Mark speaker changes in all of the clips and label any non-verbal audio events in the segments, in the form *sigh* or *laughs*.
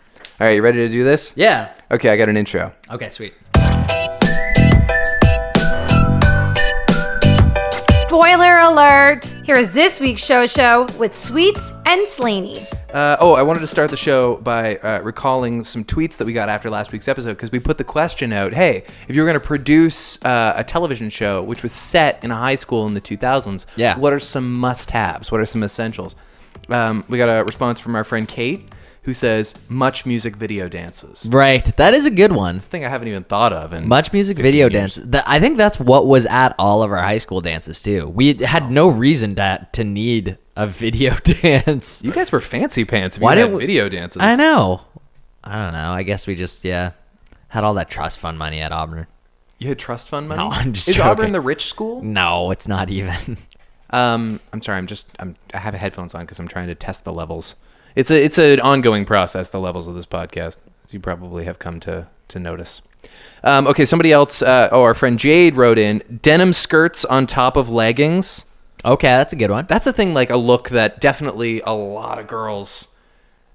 Speaker 1: All right, you ready to do this?
Speaker 2: Yeah.
Speaker 1: Okay, I got an intro.
Speaker 2: Okay, sweet.
Speaker 3: Spoiler alert! Here is this week's show show with Sweets and Slaney.
Speaker 1: Uh, oh, I wanted to start the show by uh, recalling some tweets that we got after last week's episode because we put the question out hey, if you were going to produce uh, a television show which was set in a high school in the 2000s,
Speaker 2: Yeah.
Speaker 1: what are some must haves? What are some essentials? Um, we got a response from our friend Kate who says, much music video dances.
Speaker 2: Right. That is a good one.
Speaker 1: Thing I haven't even thought of. And
Speaker 2: Much music video
Speaker 1: years.
Speaker 2: dances. That I think that's what was at all of our high school dances too. We had no reason to to need a video *laughs* dance.
Speaker 1: you guys were fancy pants if
Speaker 2: Why
Speaker 1: you
Speaker 2: didn't
Speaker 1: had
Speaker 2: we-
Speaker 1: video dances.
Speaker 2: I know. I don't know. I guess we just yeah had all that trust fund money at Auburn.
Speaker 1: You had trust fund money?
Speaker 2: No, I'm just
Speaker 1: Is Auburn
Speaker 2: joking.
Speaker 1: the rich school?
Speaker 2: No, it's not even. *laughs*
Speaker 1: Um, I'm sorry. I'm just I'm, I have headphones on because I'm trying to test the levels. It's a it's an ongoing process. The levels of this podcast, as you probably have come to to notice. Um, okay, somebody else. Uh, oh, our friend Jade wrote in denim skirts on top of leggings.
Speaker 2: Okay, that's a good one.
Speaker 1: That's a thing like a look that definitely a lot of girls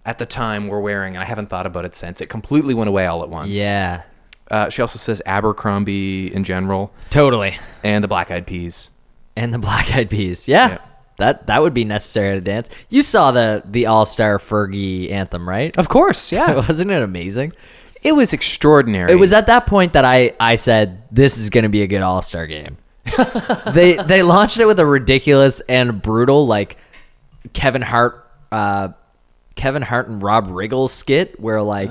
Speaker 1: at the time were wearing, and I haven't thought about it since. It completely went away all at once.
Speaker 2: Yeah,
Speaker 1: Uh, she also says Abercrombie in general
Speaker 2: totally.
Speaker 1: and the Black Eyed Peas.
Speaker 2: And the black eyed peas. Yeah.
Speaker 1: Yeah.
Speaker 2: That that would be necessary to dance. You saw the the All Star Fergie anthem, right?
Speaker 1: Of course, yeah.
Speaker 2: *laughs* Wasn't it amazing?
Speaker 1: it was extraordinary.
Speaker 2: It was at that point that I, I said this is going to be a good All Star game. they they launched it with a ridiculous and brutal like Kevin Hart uh, Kevin Hart and Rob Riggle skit where like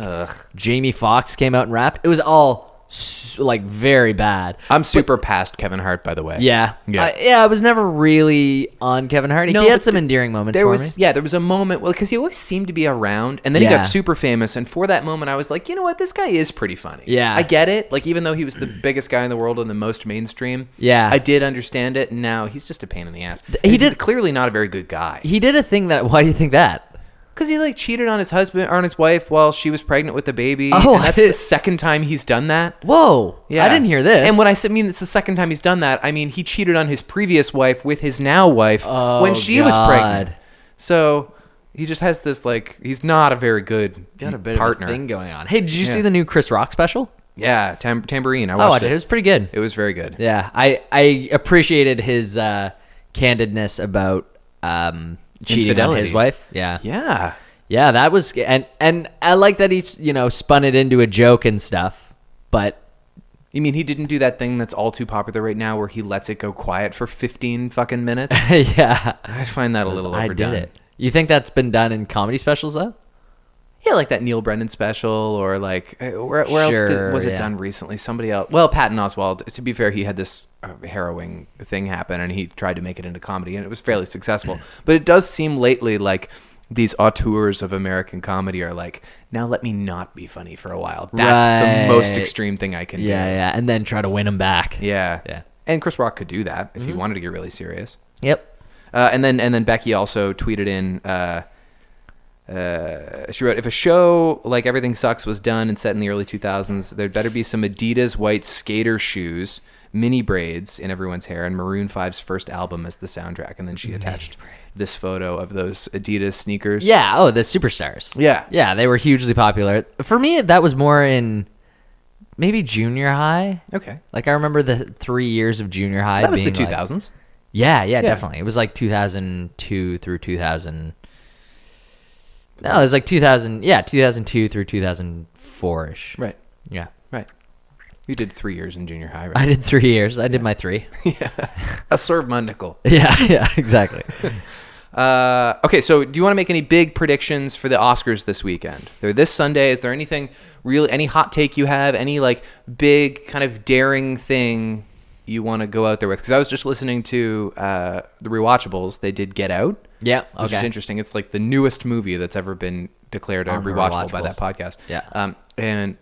Speaker 2: Jamie Foxx came out and rapped. It was all s like very bad.
Speaker 1: I'm super past Kevin Hart, by the way.
Speaker 2: Yeah,
Speaker 1: Yeah.
Speaker 2: I, yeah. I was never really on Kevin Hart.
Speaker 1: No,
Speaker 2: he
Speaker 1: but
Speaker 2: had some
Speaker 1: th-
Speaker 2: endearing moments
Speaker 1: There
Speaker 2: for
Speaker 1: was
Speaker 2: me.
Speaker 1: yeah, there was a moment well because he always seemed to be around, and then he
Speaker 2: Yeah.
Speaker 1: got super famous, and for that moment I was like, you know what, this guy is pretty funny.
Speaker 2: Yeah.
Speaker 1: I get it. Like even though he was the biggest guy in the world and the most mainstream,
Speaker 2: Yeah.
Speaker 1: I did understand it. And now he's just a pain in the ass.
Speaker 2: he
Speaker 1: He's
Speaker 2: did-
Speaker 1: clearly not a very good guy
Speaker 2: He did a thing that. *laughs* Why do you think that?
Speaker 1: because he like cheated on his husband or on his wife while she was pregnant with the baby.
Speaker 2: Oh,
Speaker 1: and
Speaker 2: I
Speaker 1: that's
Speaker 2: did-
Speaker 1: the second time he's done that.
Speaker 2: Whoa! I didn't hear this.
Speaker 1: And when I s- mean it's the second time he's done that, I mean he cheated on his previous wife with his now wife
Speaker 2: Oh,
Speaker 1: when she was pregnant.
Speaker 2: God.
Speaker 1: So he just has this like he's not a very good
Speaker 2: got a bit
Speaker 1: partner.
Speaker 2: of a thing going on. Hey, did you see
Speaker 1: Yeah.
Speaker 2: the new Chris Rock special?
Speaker 1: Yeah, tam- tambourine. Oh, I
Speaker 2: Oh, I
Speaker 1: watched,
Speaker 2: watched it.
Speaker 1: it.
Speaker 2: It was pretty good.
Speaker 1: It was very good.
Speaker 2: Yeah, I I appreciated his uh, candidness about um, cheating on his
Speaker 1: Infidelity.
Speaker 2: wife. Yeah. yeah,
Speaker 1: Yeah.
Speaker 2: that was and and I like that he's you know spun it into a joke and stuff. But *laughs*
Speaker 1: You mean he didn't do that thing that's all too popular right now where he lets it go quiet for 15 fucking minutes? *laughs*
Speaker 2: yeah,
Speaker 1: I find that a little
Speaker 2: I
Speaker 1: overdone.
Speaker 2: did it. You think that's been done in comedy specials though?
Speaker 1: Yeah, like that Neil Brennan special, or like uh, where, where else
Speaker 2: Sure,
Speaker 1: did, was
Speaker 2: yeah.
Speaker 1: it done recently? Somebody else. Well, Patton Oswald. To be fair, he had this uh, harrowing thing happen, and he tried to make it into comedy, and it was fairly successful.
Speaker 2: Mm-hmm.
Speaker 1: but it does seem lately like these auteurs of American comedy are like, now let me not be funny for a while. That's the most
Speaker 2: Right.
Speaker 1: extreme thing I can
Speaker 2: Yeah,
Speaker 1: do.
Speaker 2: yeah, and then try to win him back.
Speaker 1: Yeah,
Speaker 2: Yeah. Mm-hmm.
Speaker 1: And Chris Rock could do that if he wanted to get really serious.
Speaker 2: Yep.
Speaker 1: Uh, and then and then Becky also tweeted in. Uh, uh, she wrote, "If a show like Everything Sucks was done and set in the early 2000s, there'd better be some Adidas white skater shoes, mini braids in everyone's hair, and Maroon 5's first album as the soundtrack." And then she attached this photo of those Adidas sneakers.
Speaker 2: Yeah. Oh, the superstars.
Speaker 1: Yeah.
Speaker 2: Yeah, they were hugely popular. For me, that was more in maybe junior high.
Speaker 1: Okay.
Speaker 2: Like I remember the three years of junior high.
Speaker 1: That was
Speaker 2: being
Speaker 1: the
Speaker 2: like-
Speaker 1: 2000s.
Speaker 2: yeah, yeah, definitely. It was like 2002 through 2000. No, it was like 2000. Yeah, 2002 through 2004 ish.
Speaker 1: Right.
Speaker 2: Yeah.
Speaker 1: Right. You did three years in junior high,
Speaker 2: I
Speaker 1: right?
Speaker 2: did three years. I did my *laughs* three.
Speaker 1: I served my nickel.
Speaker 2: yeah, yeah, exactly.
Speaker 1: Uh, okay, so do you want to make any big predictions for the Oscars this weekend? They're this Sunday. Is there anything real? Any hot take you have? Any like big kind of daring thing you want to go out there with? Because I was just listening to uh, the rewatchables. They did Get Out.
Speaker 2: Yeah,
Speaker 1: Which is
Speaker 2: okay.
Speaker 1: interesting. It's like the newest movie that's ever been declared a
Speaker 2: On the
Speaker 1: rewatchable by
Speaker 2: rewatchables.
Speaker 1: that podcast.
Speaker 2: Yeah.
Speaker 1: Um, and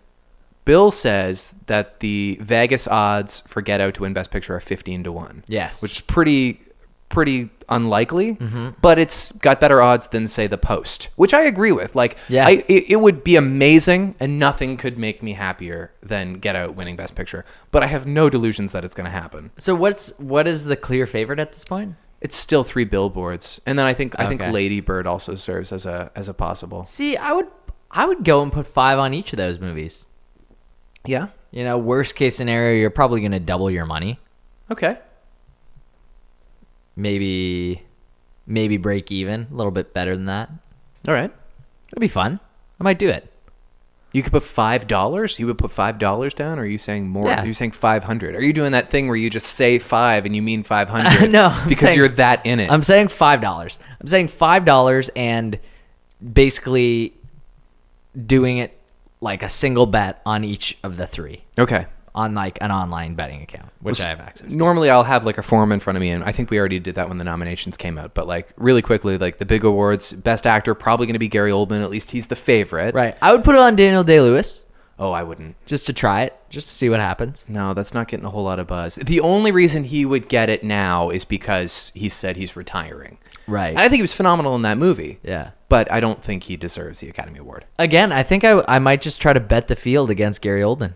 Speaker 1: Bill says that the Vegas odds for Get Out to win Best Picture are fifteen to one.
Speaker 2: Yes. Mm-hmm.
Speaker 1: which is pretty pretty unlikely, but it's got better odds than say The Post, which I agree with. Like,
Speaker 2: Yeah.
Speaker 1: I, it, it would be amazing, and nothing could make me happier than Get Out winning Best Picture. But I have no delusions that it's going to happen.
Speaker 2: So what's what is the clear favorite at this point?
Speaker 1: It's still three billboards, and then I think I
Speaker 2: Okay.
Speaker 1: think Lady Bird also serves as a as a possible.
Speaker 2: See, I would I would go and put five on each of those movies.
Speaker 1: Yeah.
Speaker 2: You know, worst case scenario, you're probably going to double your money.
Speaker 1: Okay.
Speaker 2: Maybe, maybe break even. A little bit better than that.
Speaker 1: All right.
Speaker 2: It'll be fun. I might do it.
Speaker 1: You could put five dollars. You would put five dollars down, or are you saying more?
Speaker 2: Yeah.
Speaker 1: Are you saying five hundred? Are you doing that thing where you just say five and you mean five
Speaker 2: *laughs*
Speaker 1: hundred?
Speaker 2: No, I'm
Speaker 1: because
Speaker 2: saying-
Speaker 1: you're that in it.
Speaker 2: I'm saying five dollars. I'm saying five dollars and basically doing it like a single bet on each of the three
Speaker 1: okay.
Speaker 2: on like an online betting account, which I have access. to.
Speaker 1: Normally, I'll have like a form in front of me, and I think we already did that when the nominations came out. But like really quickly, like the big awards, best actor probably going to be Gary Oldman. At least he's the favorite.
Speaker 2: Right. I would put it on Daniel Day Lewis
Speaker 1: Oh, I wouldn't.
Speaker 2: just to try it, just to see what happens.
Speaker 1: No, that's not getting a whole lot of buzz. The only reason he would get it now is because he said he's retiring.
Speaker 2: Right.
Speaker 1: And I think he was phenomenal in that movie.
Speaker 2: Yeah.
Speaker 1: But I don't think he deserves the Academy Award.
Speaker 2: Again, I think I I might just try to bet the field against Gary Oldman.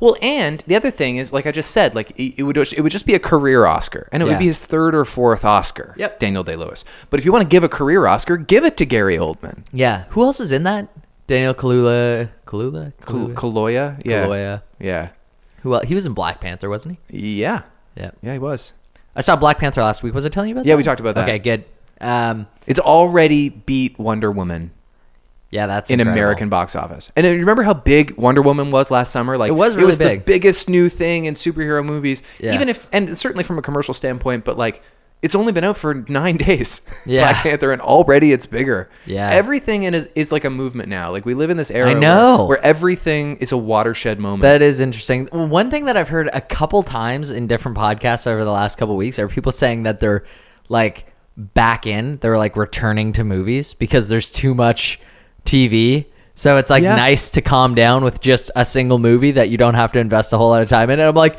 Speaker 1: Well, and the other thing is, like I just said, like it it would it would just be a career Oscar, and it
Speaker 2: Yeah.
Speaker 1: would be his third or fourth Oscar.
Speaker 2: Yep.
Speaker 1: Daniel Day Lewis. But if you want to give a career Oscar, give it to Gary Oldman.
Speaker 2: Yeah. Who else is in that? Daniel Kalula. Kalula.
Speaker 1: Kal-
Speaker 2: Kalula.
Speaker 1: Kaloya. Yeah.
Speaker 2: Kaluuya.
Speaker 1: Yeah.
Speaker 2: Who else? He was in Black Panther, wasn't
Speaker 1: Yeah.
Speaker 2: he? Yeah.
Speaker 1: Yeah, he was.
Speaker 2: I saw Black Panther last week. Was I telling you about that?
Speaker 1: Yeah, we talked about that.
Speaker 2: Okay, good. Um,
Speaker 1: It's already beat Wonder Woman
Speaker 2: yeah, that's
Speaker 1: in
Speaker 2: incredible.
Speaker 1: American box office. And then you remember how big Wonder Woman was last summer? Like
Speaker 2: It was
Speaker 1: it
Speaker 2: really
Speaker 1: was
Speaker 2: big.
Speaker 1: the biggest new thing in superhero movies.
Speaker 2: Yeah.
Speaker 1: Even if and certainly from a commercial standpoint, but like it's only been out for nine *laughs* days.
Speaker 2: Yeah.
Speaker 1: Black Panther, and already it's bigger.
Speaker 2: Yeah.
Speaker 1: Everything in is, is like a movement now. Like we live in this era
Speaker 2: I
Speaker 1: where-
Speaker 2: know.
Speaker 1: Where, everything is a watershed moment.
Speaker 2: That is interesting. Well, One thing that I've heard a couple times in different podcasts over the last couple weeks are people saying that they're like back in, they're like returning to movies because there's too much TV. So it's like
Speaker 1: Yeah.
Speaker 2: nice to calm down with just a single movie that you don't have to invest a whole lot of time in. And I'm like,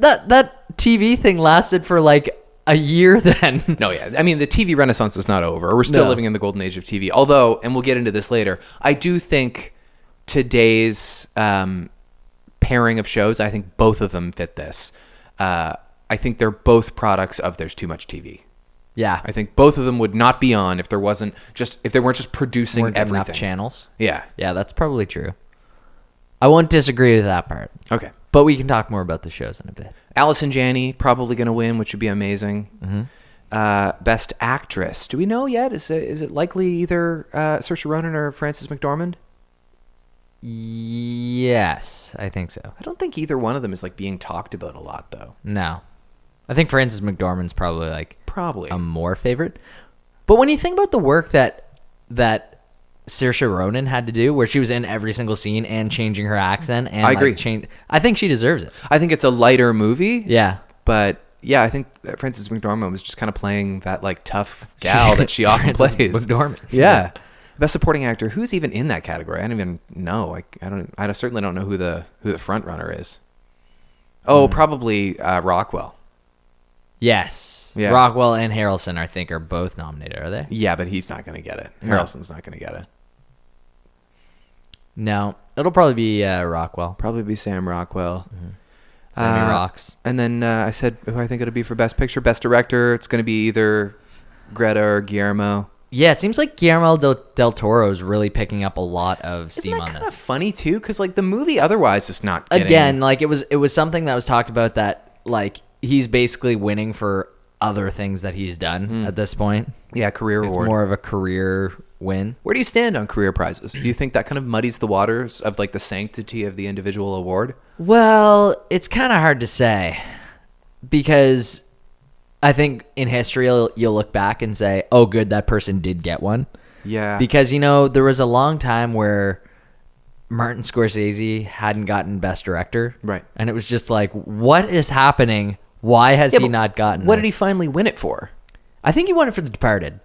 Speaker 2: that that TV thing lasted for like a year *laughs* then.
Speaker 1: no, yeah. I mean, the TV renaissance is not over. We're still
Speaker 2: No.
Speaker 1: living in the golden age of TV. Although, and we'll get into this later, I do think today's um, pairing of shows, I think both of them fit this. Uh, I think they're both products of there's too much TV.
Speaker 2: Yeah.
Speaker 1: I think both of them would not be on if there wasn't just if they weren't just producing
Speaker 2: Weren't enough
Speaker 1: everything.
Speaker 2: channels.
Speaker 1: yeah.
Speaker 2: Yeah, that's probably true. I won't disagree with that part.
Speaker 1: Okay.
Speaker 2: But we can talk more about the shows in a bit.
Speaker 1: Allison Janney probably going to win, which would be amazing.
Speaker 2: Mm-hmm.
Speaker 1: Uh, best actress. Do we know yet? Is it, is it likely either uh, Saoirse Ronan or Frances McDormand?
Speaker 2: Yes, I think so.
Speaker 1: I don't think either one of them is like being talked about a lot, though.
Speaker 2: No. I think Frances McDormand's probably like
Speaker 1: Probably.
Speaker 2: a more favorite. But when you think about the work that that Saoirse Ronan had to do where she was in every single scene and changing her accent and
Speaker 1: I
Speaker 2: like,
Speaker 1: agree.
Speaker 2: change I think she deserves it.
Speaker 1: I think it's a lighter movie.
Speaker 2: Yeah.
Speaker 1: But yeah, I think that Frances McDormand was just kind of playing that like
Speaker 2: *laughs*
Speaker 1: tough gal that she often
Speaker 2: Frances
Speaker 1: plays.
Speaker 2: McDormand.
Speaker 1: *laughs* Yeah. Best supporting actor. Who's even in that category? I don't even know. I, I don't. I certainly don't know who the who the front runner is. Oh,
Speaker 2: Hmm.
Speaker 1: probably uh, Rockwell.
Speaker 2: Yes.
Speaker 1: Yeah.
Speaker 2: Rockwell and Harrelson I think are both nominated, are they?
Speaker 1: Yeah, but he's not going to get it. Harrelson's not going to get it.
Speaker 2: No. It'll probably be uh, Rockwell.
Speaker 1: Probably be Sam Rockwell.
Speaker 2: Mm-hmm. Sammy
Speaker 1: Uh,
Speaker 2: Rocks.
Speaker 1: And then uh, I said who I think it'll be for best picture, best director. It's going to be either Greta or Guillermo.
Speaker 2: Yeah, it seems like Guillermo del, del Toro is really picking up a lot of
Speaker 1: Isn't
Speaker 2: steam
Speaker 1: that
Speaker 2: on
Speaker 1: kind of
Speaker 2: this.
Speaker 1: funny too? Because like the movie otherwise is not getting-
Speaker 2: Again, like it was it was something that was talked about that like he's basically winning for other things that he's done at this point.
Speaker 1: Yeah, career
Speaker 2: It's
Speaker 1: award.
Speaker 2: more of a career win.
Speaker 1: Where do you stand on career prizes? Do you think that kind of muddies the waters of like the sanctity of the individual award?
Speaker 2: Well, it's kind of hard to say because I think in history you'll, you'll look back and say, "Oh good, that person did get one."
Speaker 1: Yeah.
Speaker 2: because you know there was a long time where Martin Scorsese hadn't gotten Best Director,
Speaker 1: Right.
Speaker 2: And it was just like, what is happening? Why has he not gotten?
Speaker 1: What did he
Speaker 2: this?
Speaker 1: finally win it for?
Speaker 2: I think he won it for The Departed.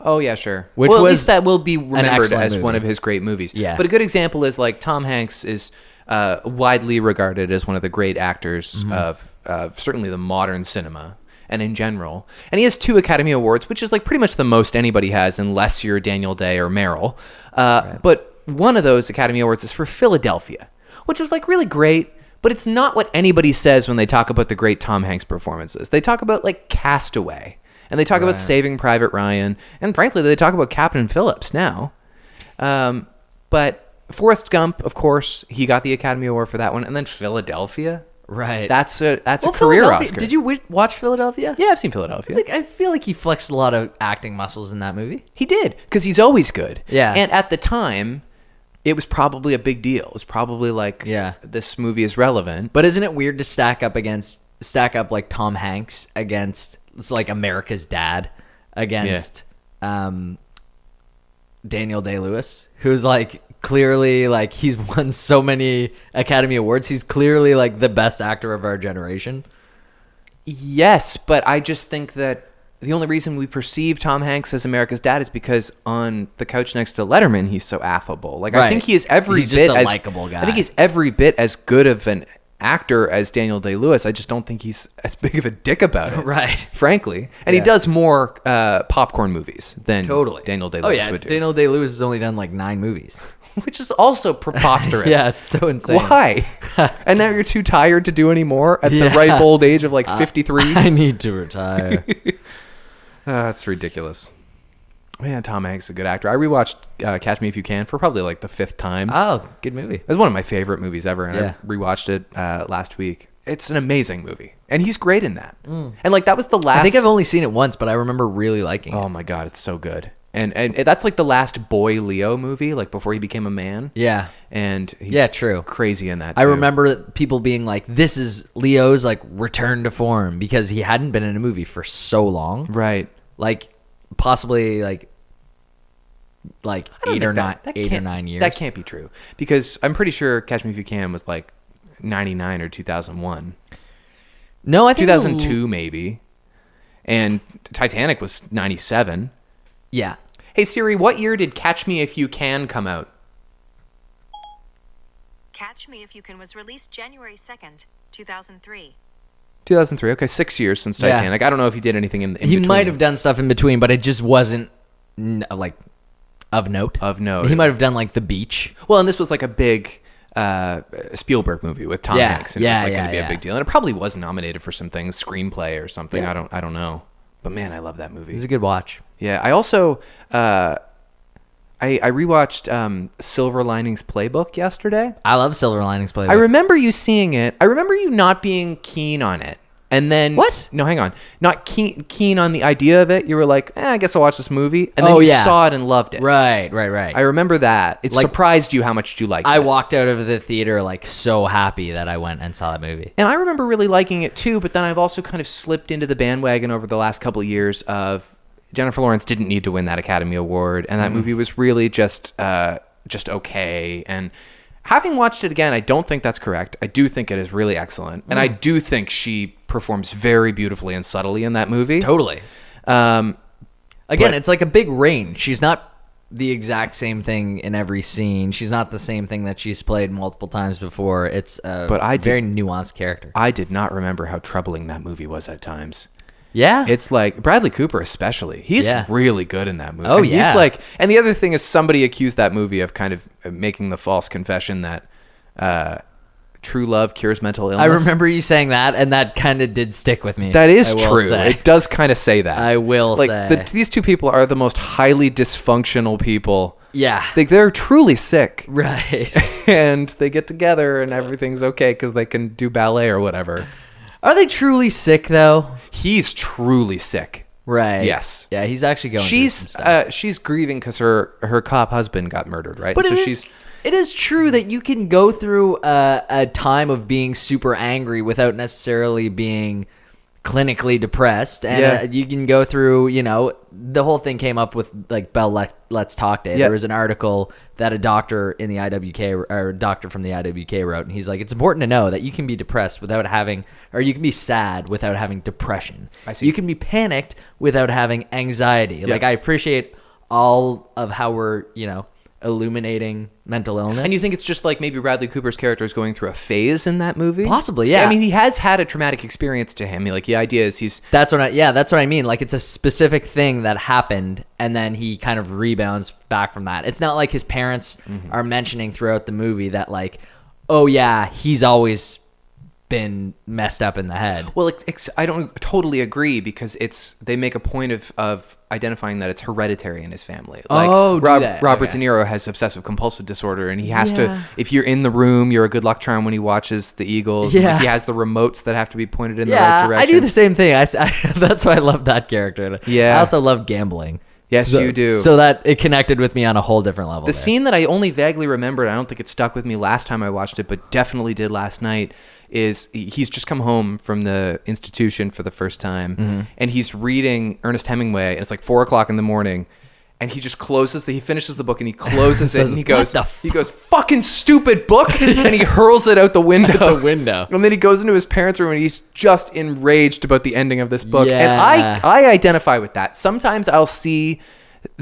Speaker 1: Oh yeah, sure.
Speaker 2: Which
Speaker 1: well, at
Speaker 2: was
Speaker 1: least that will be remembered
Speaker 2: excellent
Speaker 1: as one
Speaker 2: movie.
Speaker 1: of his great movies.
Speaker 2: Yeah.
Speaker 1: But a good example is like Tom Hanks is uh, widely regarded as one of the great actors of uh, certainly the modern cinema and in general. And he has two Academy Awards, which is like pretty much the most anybody has, unless you're Daniel Day or Meryl. Uh, But one of those Academy Awards is for Philadelphia, which was like really great. But it's not what anybody says when they talk about the great Tom Hanks performances. They talk about like Castaway, and they talk about Saving Private Ryan, and frankly, they talk about Captain Phillips now. Um, But Forrest Gump, of course, he got the Academy Award for that one, and then Philadelphia.
Speaker 2: Right.
Speaker 1: That's a that's
Speaker 2: well,
Speaker 1: a career
Speaker 2: Philadelphia-
Speaker 1: Oscar.
Speaker 2: Did you wi- watch Philadelphia?
Speaker 1: Yeah, I've seen Philadelphia.
Speaker 2: It's like I feel like he flexed a lot of acting muscles in that movie.
Speaker 1: He did because he's always good.
Speaker 2: Yeah.
Speaker 1: And at the time, it was probably a big deal. It was probably like,
Speaker 2: Yeah.
Speaker 1: this movie is relevant.
Speaker 2: But isn't it weird to stack up against stack up like Tom Hanks against it's like America's dad against um Daniel Day Lewis, who's like clearly like he's won so many Academy Awards. He's clearly like the best actor of our generation.
Speaker 1: Yes, but I just think that the only reason we perceive Tom Hanks as America's dad is because on the couch next to Letterman, he's so affable. Like I
Speaker 2: Right.
Speaker 1: think he is every
Speaker 2: He's just
Speaker 1: bit
Speaker 2: a
Speaker 1: as
Speaker 2: likable
Speaker 1: I
Speaker 2: guy.
Speaker 1: think he's every bit as good of an actor as Daniel Day Lewis. I just don't think he's as *laughs* big of a dick about it.
Speaker 2: Right.
Speaker 1: Frankly, and he
Speaker 2: Yeah.
Speaker 1: does more uh, popcorn movies than
Speaker 2: Totally.
Speaker 1: Daniel Day
Speaker 2: Oh
Speaker 1: Lewis
Speaker 2: yeah,
Speaker 1: would do,
Speaker 2: Daniel Day Lewis has only done like 9 movies.
Speaker 1: which is
Speaker 2: *laughs*
Speaker 1: also preposterous.
Speaker 2: yeah, it's so insane.
Speaker 1: Why? *laughs* and now you're too tired to do anymore at the
Speaker 2: *laughs* Yeah. Uh,
Speaker 1: ripe old age of like
Speaker 2: *laughs*
Speaker 1: 53.
Speaker 2: *laughs* I need
Speaker 1: *laughs*
Speaker 2: to retire.
Speaker 1: Ah, that's ridiculous. Man, Tom Hanks is a good actor. I rewatched uh, Catch Me If You Can for probably like the fifth time.
Speaker 2: oh, good movie.
Speaker 1: it's one of my favorite movies ever, and
Speaker 2: Yeah.
Speaker 1: I rewatched it uh, last week. It's an amazing movie, and he's great in that. And like that was the last.
Speaker 2: I think I've only seen it once, but I remember really liking it.
Speaker 1: oh my god, it's so good. And and that's like the last boy Leo movie, like before he became a man.
Speaker 2: Yeah.
Speaker 1: And he's
Speaker 2: Yeah, true.
Speaker 1: Crazy in that.
Speaker 2: I
Speaker 1: too.
Speaker 2: remember people being like, "This is Leo's like return to form" because he hadn't been in a movie for so long,
Speaker 1: Right.
Speaker 2: like possibly like like
Speaker 1: I don't
Speaker 2: eight or
Speaker 1: think
Speaker 2: nine,
Speaker 1: that- that
Speaker 2: eight or
Speaker 1: can't-
Speaker 2: nine years.
Speaker 1: That can't be true because I'm pretty sure Catch Me If You Can was like 99 or 2001,
Speaker 2: no, I think it was a l-
Speaker 1: 2002 maybe, and Titanic was 97.
Speaker 2: Yeah,
Speaker 1: Hey Siri, what year did Catch Me If You Can come out?
Speaker 4: Catch Me If You Can was released January 2nd, 2003.
Speaker 1: 2003. Okay, six years since
Speaker 2: Yeah.
Speaker 1: Titanic. I don't know if he did anything in. in
Speaker 2: he
Speaker 1: between.
Speaker 2: might have done stuff in between, but it just wasn't n- like of note.
Speaker 1: Of note.
Speaker 2: he might have done like the beach.
Speaker 1: Well, and this was like a big uh, Spielberg movie with Tom
Speaker 2: Yeah,
Speaker 1: Hanks, and it
Speaker 2: yeah,
Speaker 1: was like
Speaker 2: yeah,
Speaker 1: going to be
Speaker 2: yeah.
Speaker 1: a big deal. And it probably was nominated for some things, screenplay or something. I don't, I don't know. But man, I love that movie.
Speaker 2: It's a good watch.
Speaker 1: Yeah, I also uh, I, I rewatched um, Silver Linings Playbook yesterday.
Speaker 2: I love Silver Linings Playbook.
Speaker 1: I remember you seeing it. I remember you not being keen on it, and then
Speaker 2: What?
Speaker 1: No, hang on. Not keen keen on the idea of it. You were like, eh, I guess I'll watch this movie, and then
Speaker 2: Oh,
Speaker 1: you
Speaker 2: yeah.
Speaker 1: saw it and loved it.
Speaker 2: right, right, right.
Speaker 1: I remember that. It
Speaker 2: Like-
Speaker 1: surprised you how much you liked
Speaker 2: I
Speaker 1: it.
Speaker 2: walked out of the theater like so happy that I went and saw that movie.
Speaker 1: And I remember really liking it too, but then I've also kind of slipped into the bandwagon over the last couple of years of Jennifer Lawrence didn't need to win that Academy Award, and that movie was really just uh, just okay. And having watched it again, I don't think that's correct. I do think it is really excellent, and I do think she performs very beautifully and subtly in that movie.
Speaker 2: Totally.
Speaker 1: Um,
Speaker 2: Again,
Speaker 1: But-
Speaker 2: it's like a big range. She's not the exact same thing in every scene. She's not the same thing that she's played multiple times before. It's a
Speaker 1: But I did-
Speaker 2: very nuanced character.
Speaker 1: I did not remember how troubling that movie was at times.
Speaker 2: yeah.
Speaker 1: It's like Bradley Cooper, especially. He's
Speaker 2: Yeah.
Speaker 1: really good in that movie.
Speaker 2: Oh,
Speaker 1: And
Speaker 2: yeah.
Speaker 1: He's like, and the other thing is, somebody accused that movie of kind of making the false confession that uh, true love cures mental illness.
Speaker 2: I remember you saying that, and that kind of did stick with me.
Speaker 1: that is
Speaker 2: I will
Speaker 1: true.
Speaker 2: say.
Speaker 1: It does kind of say that.
Speaker 2: I will
Speaker 1: like,
Speaker 2: say.
Speaker 1: The, these two people are the most highly dysfunctional people.
Speaker 2: Yeah. *laughs*
Speaker 1: Like they're truly sick, *laughs*
Speaker 2: right.
Speaker 1: and they get together, and everything's okay because they can do ballet or whatever.
Speaker 2: Are they truly sick though?
Speaker 1: He's truly sick.
Speaker 2: Right.
Speaker 1: Yes.
Speaker 2: Yeah, he's actually going. through some
Speaker 1: she's
Speaker 2: stuff.
Speaker 1: uh, she's grieving because her her cop husband got murdered, right?
Speaker 2: But
Speaker 1: so
Speaker 2: it is
Speaker 1: she's
Speaker 2: it is true that you can go through a, a time of being super angry without necessarily being clinically depressed, and
Speaker 1: Yeah.
Speaker 2: uh, you can go through. You know, the whole thing came up with like Bell Let, Let's Talk Day.
Speaker 1: Yeah.
Speaker 2: There was an article that a doctor in the IWK or a doctor from the IWK wrote, and he's like, it's important to know that you can be depressed without having, or you can be sad without having depression. I
Speaker 1: see.
Speaker 2: You can be panicked without having anxiety. Like I appreciate all of how we're, you know, illuminating mental illness.
Speaker 1: and you think it's just like maybe Bradley Cooper's character is going through a phase in that movie?
Speaker 2: Possibly, yeah.
Speaker 1: I mean, he has had a traumatic experience to him. Like the idea is he's
Speaker 2: that's what I yeah, that's what I mean. Like it's a specific thing that happened and then he kind of rebounds back from that. It's not like his Mm-hmm. parents are mentioning throughout the movie that like, oh yeah, he's always been messed up in the head.
Speaker 1: Well, it's, it's, I don't totally agree because it's they make a point of of identifying that it's hereditary in his family. Like
Speaker 2: Oh, do that.
Speaker 1: Robert
Speaker 2: Okay.
Speaker 1: De Niro has obsessive compulsive disorder, and he has to. If you're in the room, you're a good luck charm when he watches the Eagles. and, like,
Speaker 2: Yeah.
Speaker 1: he has the remotes that have to be pointed in the right
Speaker 2: I
Speaker 1: direction.
Speaker 2: do the same thing. I, *laughs* s- I- that's why I love that character.
Speaker 1: Yeah.
Speaker 2: I also love gambling.
Speaker 1: Yes,
Speaker 2: So-
Speaker 1: you do.
Speaker 2: So that it connected with me on a whole different level.
Speaker 1: The
Speaker 2: there.
Speaker 1: scene that I only vaguely remembered, I don't think it stuck with me last time I watched it, but definitely did last night, is he- he's just come home from the institution for the first time
Speaker 2: Mm-hmm.
Speaker 1: and he's reading Ernest Hemingway and it's like four o'clock in the morning. And he just closes the, he finishes the
Speaker 2: *laughs*
Speaker 1: book and he closes it
Speaker 2: Says,
Speaker 1: and he
Speaker 2: "What
Speaker 1: goes,
Speaker 2: the
Speaker 1: he goes, fucking stupid
Speaker 2: *laughs*
Speaker 1: book. and he hurls it out the window.
Speaker 2: Out the window.
Speaker 1: And then he goes into his parents' room and he's just enraged about the ending of this book.
Speaker 2: Yeah.
Speaker 1: And I, I identify with that. Sometimes I'll see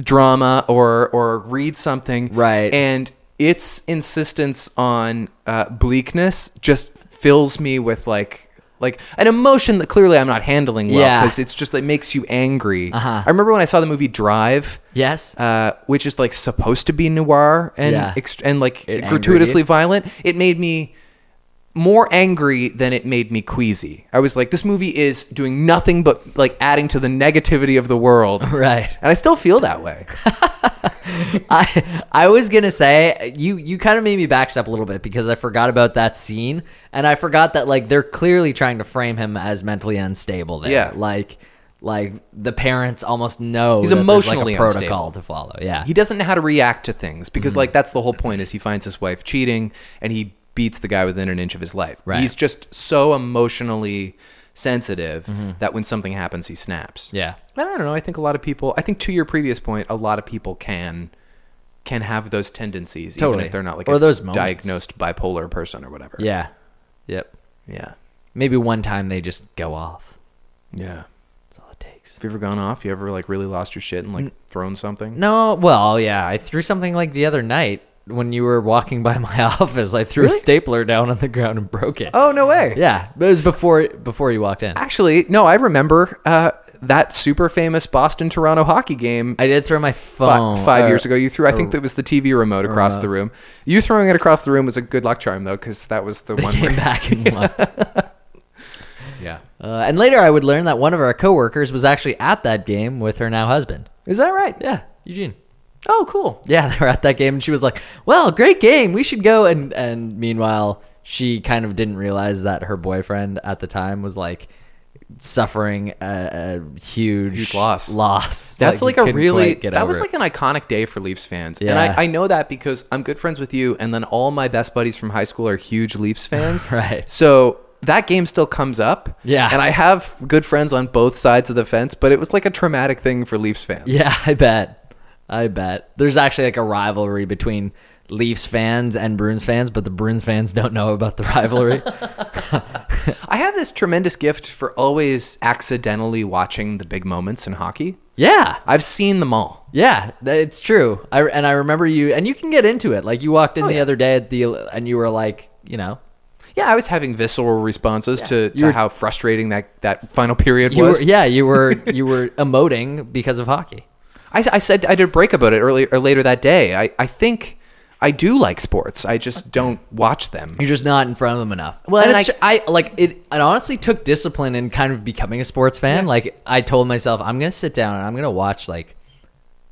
Speaker 1: drama or or read something,
Speaker 2: Right.
Speaker 1: And its insistence on uh, bleakness just fills me with like like an emotion that clearly I'm not handling well
Speaker 2: Yeah.
Speaker 1: because it's just like makes you angry.
Speaker 2: Uh-huh.
Speaker 1: I remember when I saw the movie Drive.
Speaker 2: Yes.
Speaker 1: Uh, which is like supposed to be noir and
Speaker 2: Yeah.
Speaker 1: ext- and like
Speaker 2: It angered
Speaker 1: gratuitously
Speaker 2: you.
Speaker 1: violent. It made me more angry than it made me queasy. I was like, this movie is doing nothing but like adding to the negativity of the world.
Speaker 2: *laughs* *laughs* right.
Speaker 1: And I still feel that
Speaker 2: *laughs*
Speaker 1: way.
Speaker 2: I *laughs* I was gonna say you you kind of made me backstep a little bit because I forgot about that scene and I forgot that like they're clearly trying to frame him as mentally unstable there.
Speaker 1: Yeah.
Speaker 2: Like like the parents almost know
Speaker 1: He's
Speaker 2: that there's, like,
Speaker 1: emotionally
Speaker 2: a
Speaker 1: unstable.
Speaker 2: protocol to follow. Yeah.
Speaker 1: He doesn't know how to react to things because
Speaker 2: Mm-hmm.
Speaker 1: like that's the whole point is he finds his wife cheating and he beats the guy within an inch of his life.
Speaker 2: Right.
Speaker 1: He's just so emotionally sensitive
Speaker 2: Mm-hmm.
Speaker 1: that when something happens he snaps.
Speaker 2: yeah.
Speaker 1: I don't know. I think a lot of people. I think to your previous point, a lot of people can can have those tendencies,
Speaker 2: Totally.
Speaker 1: even if they're not like
Speaker 2: Or
Speaker 1: a
Speaker 2: those moments.
Speaker 1: diagnosed bipolar person or whatever.
Speaker 2: Yeah. Yep.
Speaker 1: yeah,
Speaker 2: Maybe one time they just go off.
Speaker 1: yeah.
Speaker 2: That's all it takes.
Speaker 1: Have you ever gone off? You ever like really lost your shit and like thrown something?
Speaker 2: No, well, yeah, I threw something like the other night when you were walking by *laughs* my office. I threw a
Speaker 1: Really?
Speaker 2: stapler down on the ground and broke it.
Speaker 1: Oh no way.
Speaker 2: Yeah, but it was before before you walked in.
Speaker 1: Actually, no. I remember uh, that super famous Boston Toronto hockey game.
Speaker 2: I uh, oh, did throw my
Speaker 1: fi-
Speaker 2: phone
Speaker 1: five
Speaker 2: or-
Speaker 1: years ago, you threw. I think that was the TV remote across
Speaker 2: uh,
Speaker 1: the room. You throwing it across the room was a good luck charm, though, because that was the
Speaker 2: *laughs*
Speaker 1: one.
Speaker 2: Came
Speaker 1: where- *laughs*
Speaker 2: back and won.
Speaker 1: Yeah,
Speaker 2: Uh, and later, I would learn that one of our coworkers was actually at that game with her now husband.
Speaker 1: is that right?
Speaker 2: Yeah, Eugene.
Speaker 1: Oh, cool.
Speaker 2: Yeah, *laughs* they were at that game, and she was like, "Well, great game. We should go." And and meanwhile, she kind of didn't realize that her boyfriend at the time was like suffering a, a huge,
Speaker 1: Huge loss.
Speaker 2: Loss.
Speaker 1: That's like,
Speaker 2: Like, he
Speaker 1: a
Speaker 2: couldn't
Speaker 1: really
Speaker 2: quite get
Speaker 1: that was
Speaker 2: over it.
Speaker 1: like an iconic day for Leafs fans, and
Speaker 2: Yeah.
Speaker 1: I, I know that because I'm good friends with you, and then all my best buddies from high school are huge
Speaker 2: *laughs*
Speaker 1: Leafs fans.
Speaker 2: Right.
Speaker 1: So that game still comes up.
Speaker 2: Yeah.
Speaker 1: And I have good friends on both sides of the fence, but it was like a traumatic thing for Leafs fans.
Speaker 2: Yeah, *laughs* I bet. I bet. There's actually like a rivalry between Leafs fans and Bruins fans, but the Bruins fans *laughs* don't know about the
Speaker 1: *laughs*
Speaker 2: rivalry.
Speaker 1: I have this tremendous gift for always accidentally watching the big moments in hockey.
Speaker 2: yeah.
Speaker 1: I've seen them all.
Speaker 2: Yeah, th- it's true. I and I remember you and you can get into it. Like you walked in the
Speaker 1: Oh, yeah.
Speaker 2: other day at the and you were like, you know,
Speaker 1: Yeah, I was having visceral responses to,
Speaker 2: You
Speaker 1: to
Speaker 2: were-
Speaker 1: how frustrating that, that final period
Speaker 2: you
Speaker 1: was.
Speaker 2: were yeah, you
Speaker 1: *laughs*
Speaker 2: were you were emoting because of hockey.
Speaker 1: I, I said I did a break about it earlier or later that day. I, I think I do like sports. I just don't watch them.
Speaker 2: You're just not in front of them enough.
Speaker 1: Well,
Speaker 2: and
Speaker 1: and
Speaker 2: it's, I, like it. It honestly took discipline and kind of becoming a sports fan. Like I told myself, I'm gonna sit down and I'm gonna watch like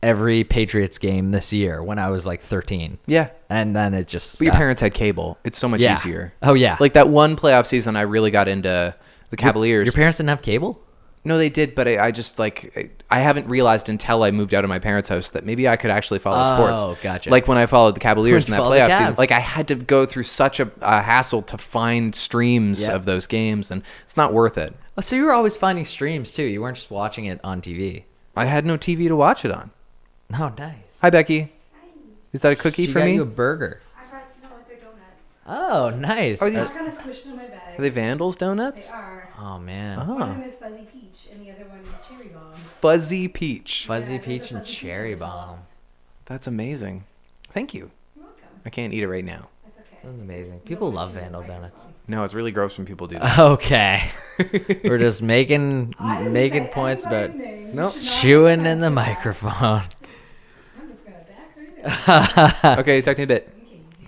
Speaker 2: every Patriots game this year when I was like 13.
Speaker 1: Yeah.
Speaker 2: and then it just
Speaker 1: But your
Speaker 2: stopped.
Speaker 1: parents had cable. It's so much
Speaker 2: Yeah.
Speaker 1: easier.
Speaker 2: Oh, yeah.
Speaker 1: Like that one playoff season, I really got into the Cavaliers.
Speaker 2: Your parents didn't have cable.
Speaker 1: no, they did, but I, I just like I I haven't realized until I moved out of my parents' house that maybe I could actually follow sports.
Speaker 2: Oh, gotcha.
Speaker 1: Like when I followed the Cavaliers in that
Speaker 2: When you followed the
Speaker 1: playoff season,
Speaker 2: Cavs.
Speaker 1: like I had to go through such a, a hassle to find streams
Speaker 2: Yep.
Speaker 1: of those games, and it's not worth it.
Speaker 2: Oh, so you were always finding streams too. You weren't just watching it on TV.
Speaker 1: I had no TV to watch it on.
Speaker 2: Oh, nice.
Speaker 1: Hi, Becky. Is that a cookie
Speaker 2: she
Speaker 1: for
Speaker 2: got
Speaker 1: me?
Speaker 2: you a burger.
Speaker 5: I brought no, they're donuts.
Speaker 2: Oh, nice.
Speaker 1: Are these-
Speaker 5: I kind of squished in my bag.
Speaker 1: Are they Vandals
Speaker 5: They
Speaker 1: donuts?
Speaker 5: are.
Speaker 2: oh man,
Speaker 5: One of
Speaker 1: Oh.
Speaker 5: them is fuzzy peach, and the other one is cherry bomb.
Speaker 1: Fuzzy peach.
Speaker 2: fuzzy
Speaker 5: Yeah, there's a
Speaker 2: peach and
Speaker 5: fuzzy peach
Speaker 2: cherry
Speaker 5: on top.
Speaker 2: bomb.
Speaker 1: That's amazing. Thank you.
Speaker 5: You're welcome.
Speaker 1: I can't eat it right now.
Speaker 5: That's okay.
Speaker 2: Sounds amazing. People love Vandal donuts.
Speaker 1: No, it's really gross when people do that.
Speaker 2: Okay, we're just making
Speaker 5: I didn't
Speaker 2: making
Speaker 5: say
Speaker 2: points about
Speaker 5: anybody's name. You
Speaker 1: Nope.
Speaker 5: should not
Speaker 2: chewing
Speaker 5: have
Speaker 2: in the
Speaker 5: said that.
Speaker 2: microphone.
Speaker 5: I'm just gonna back her
Speaker 1: *laughs*
Speaker 2: *laughs*
Speaker 5: in.
Speaker 1: okay, talk to you in a bit.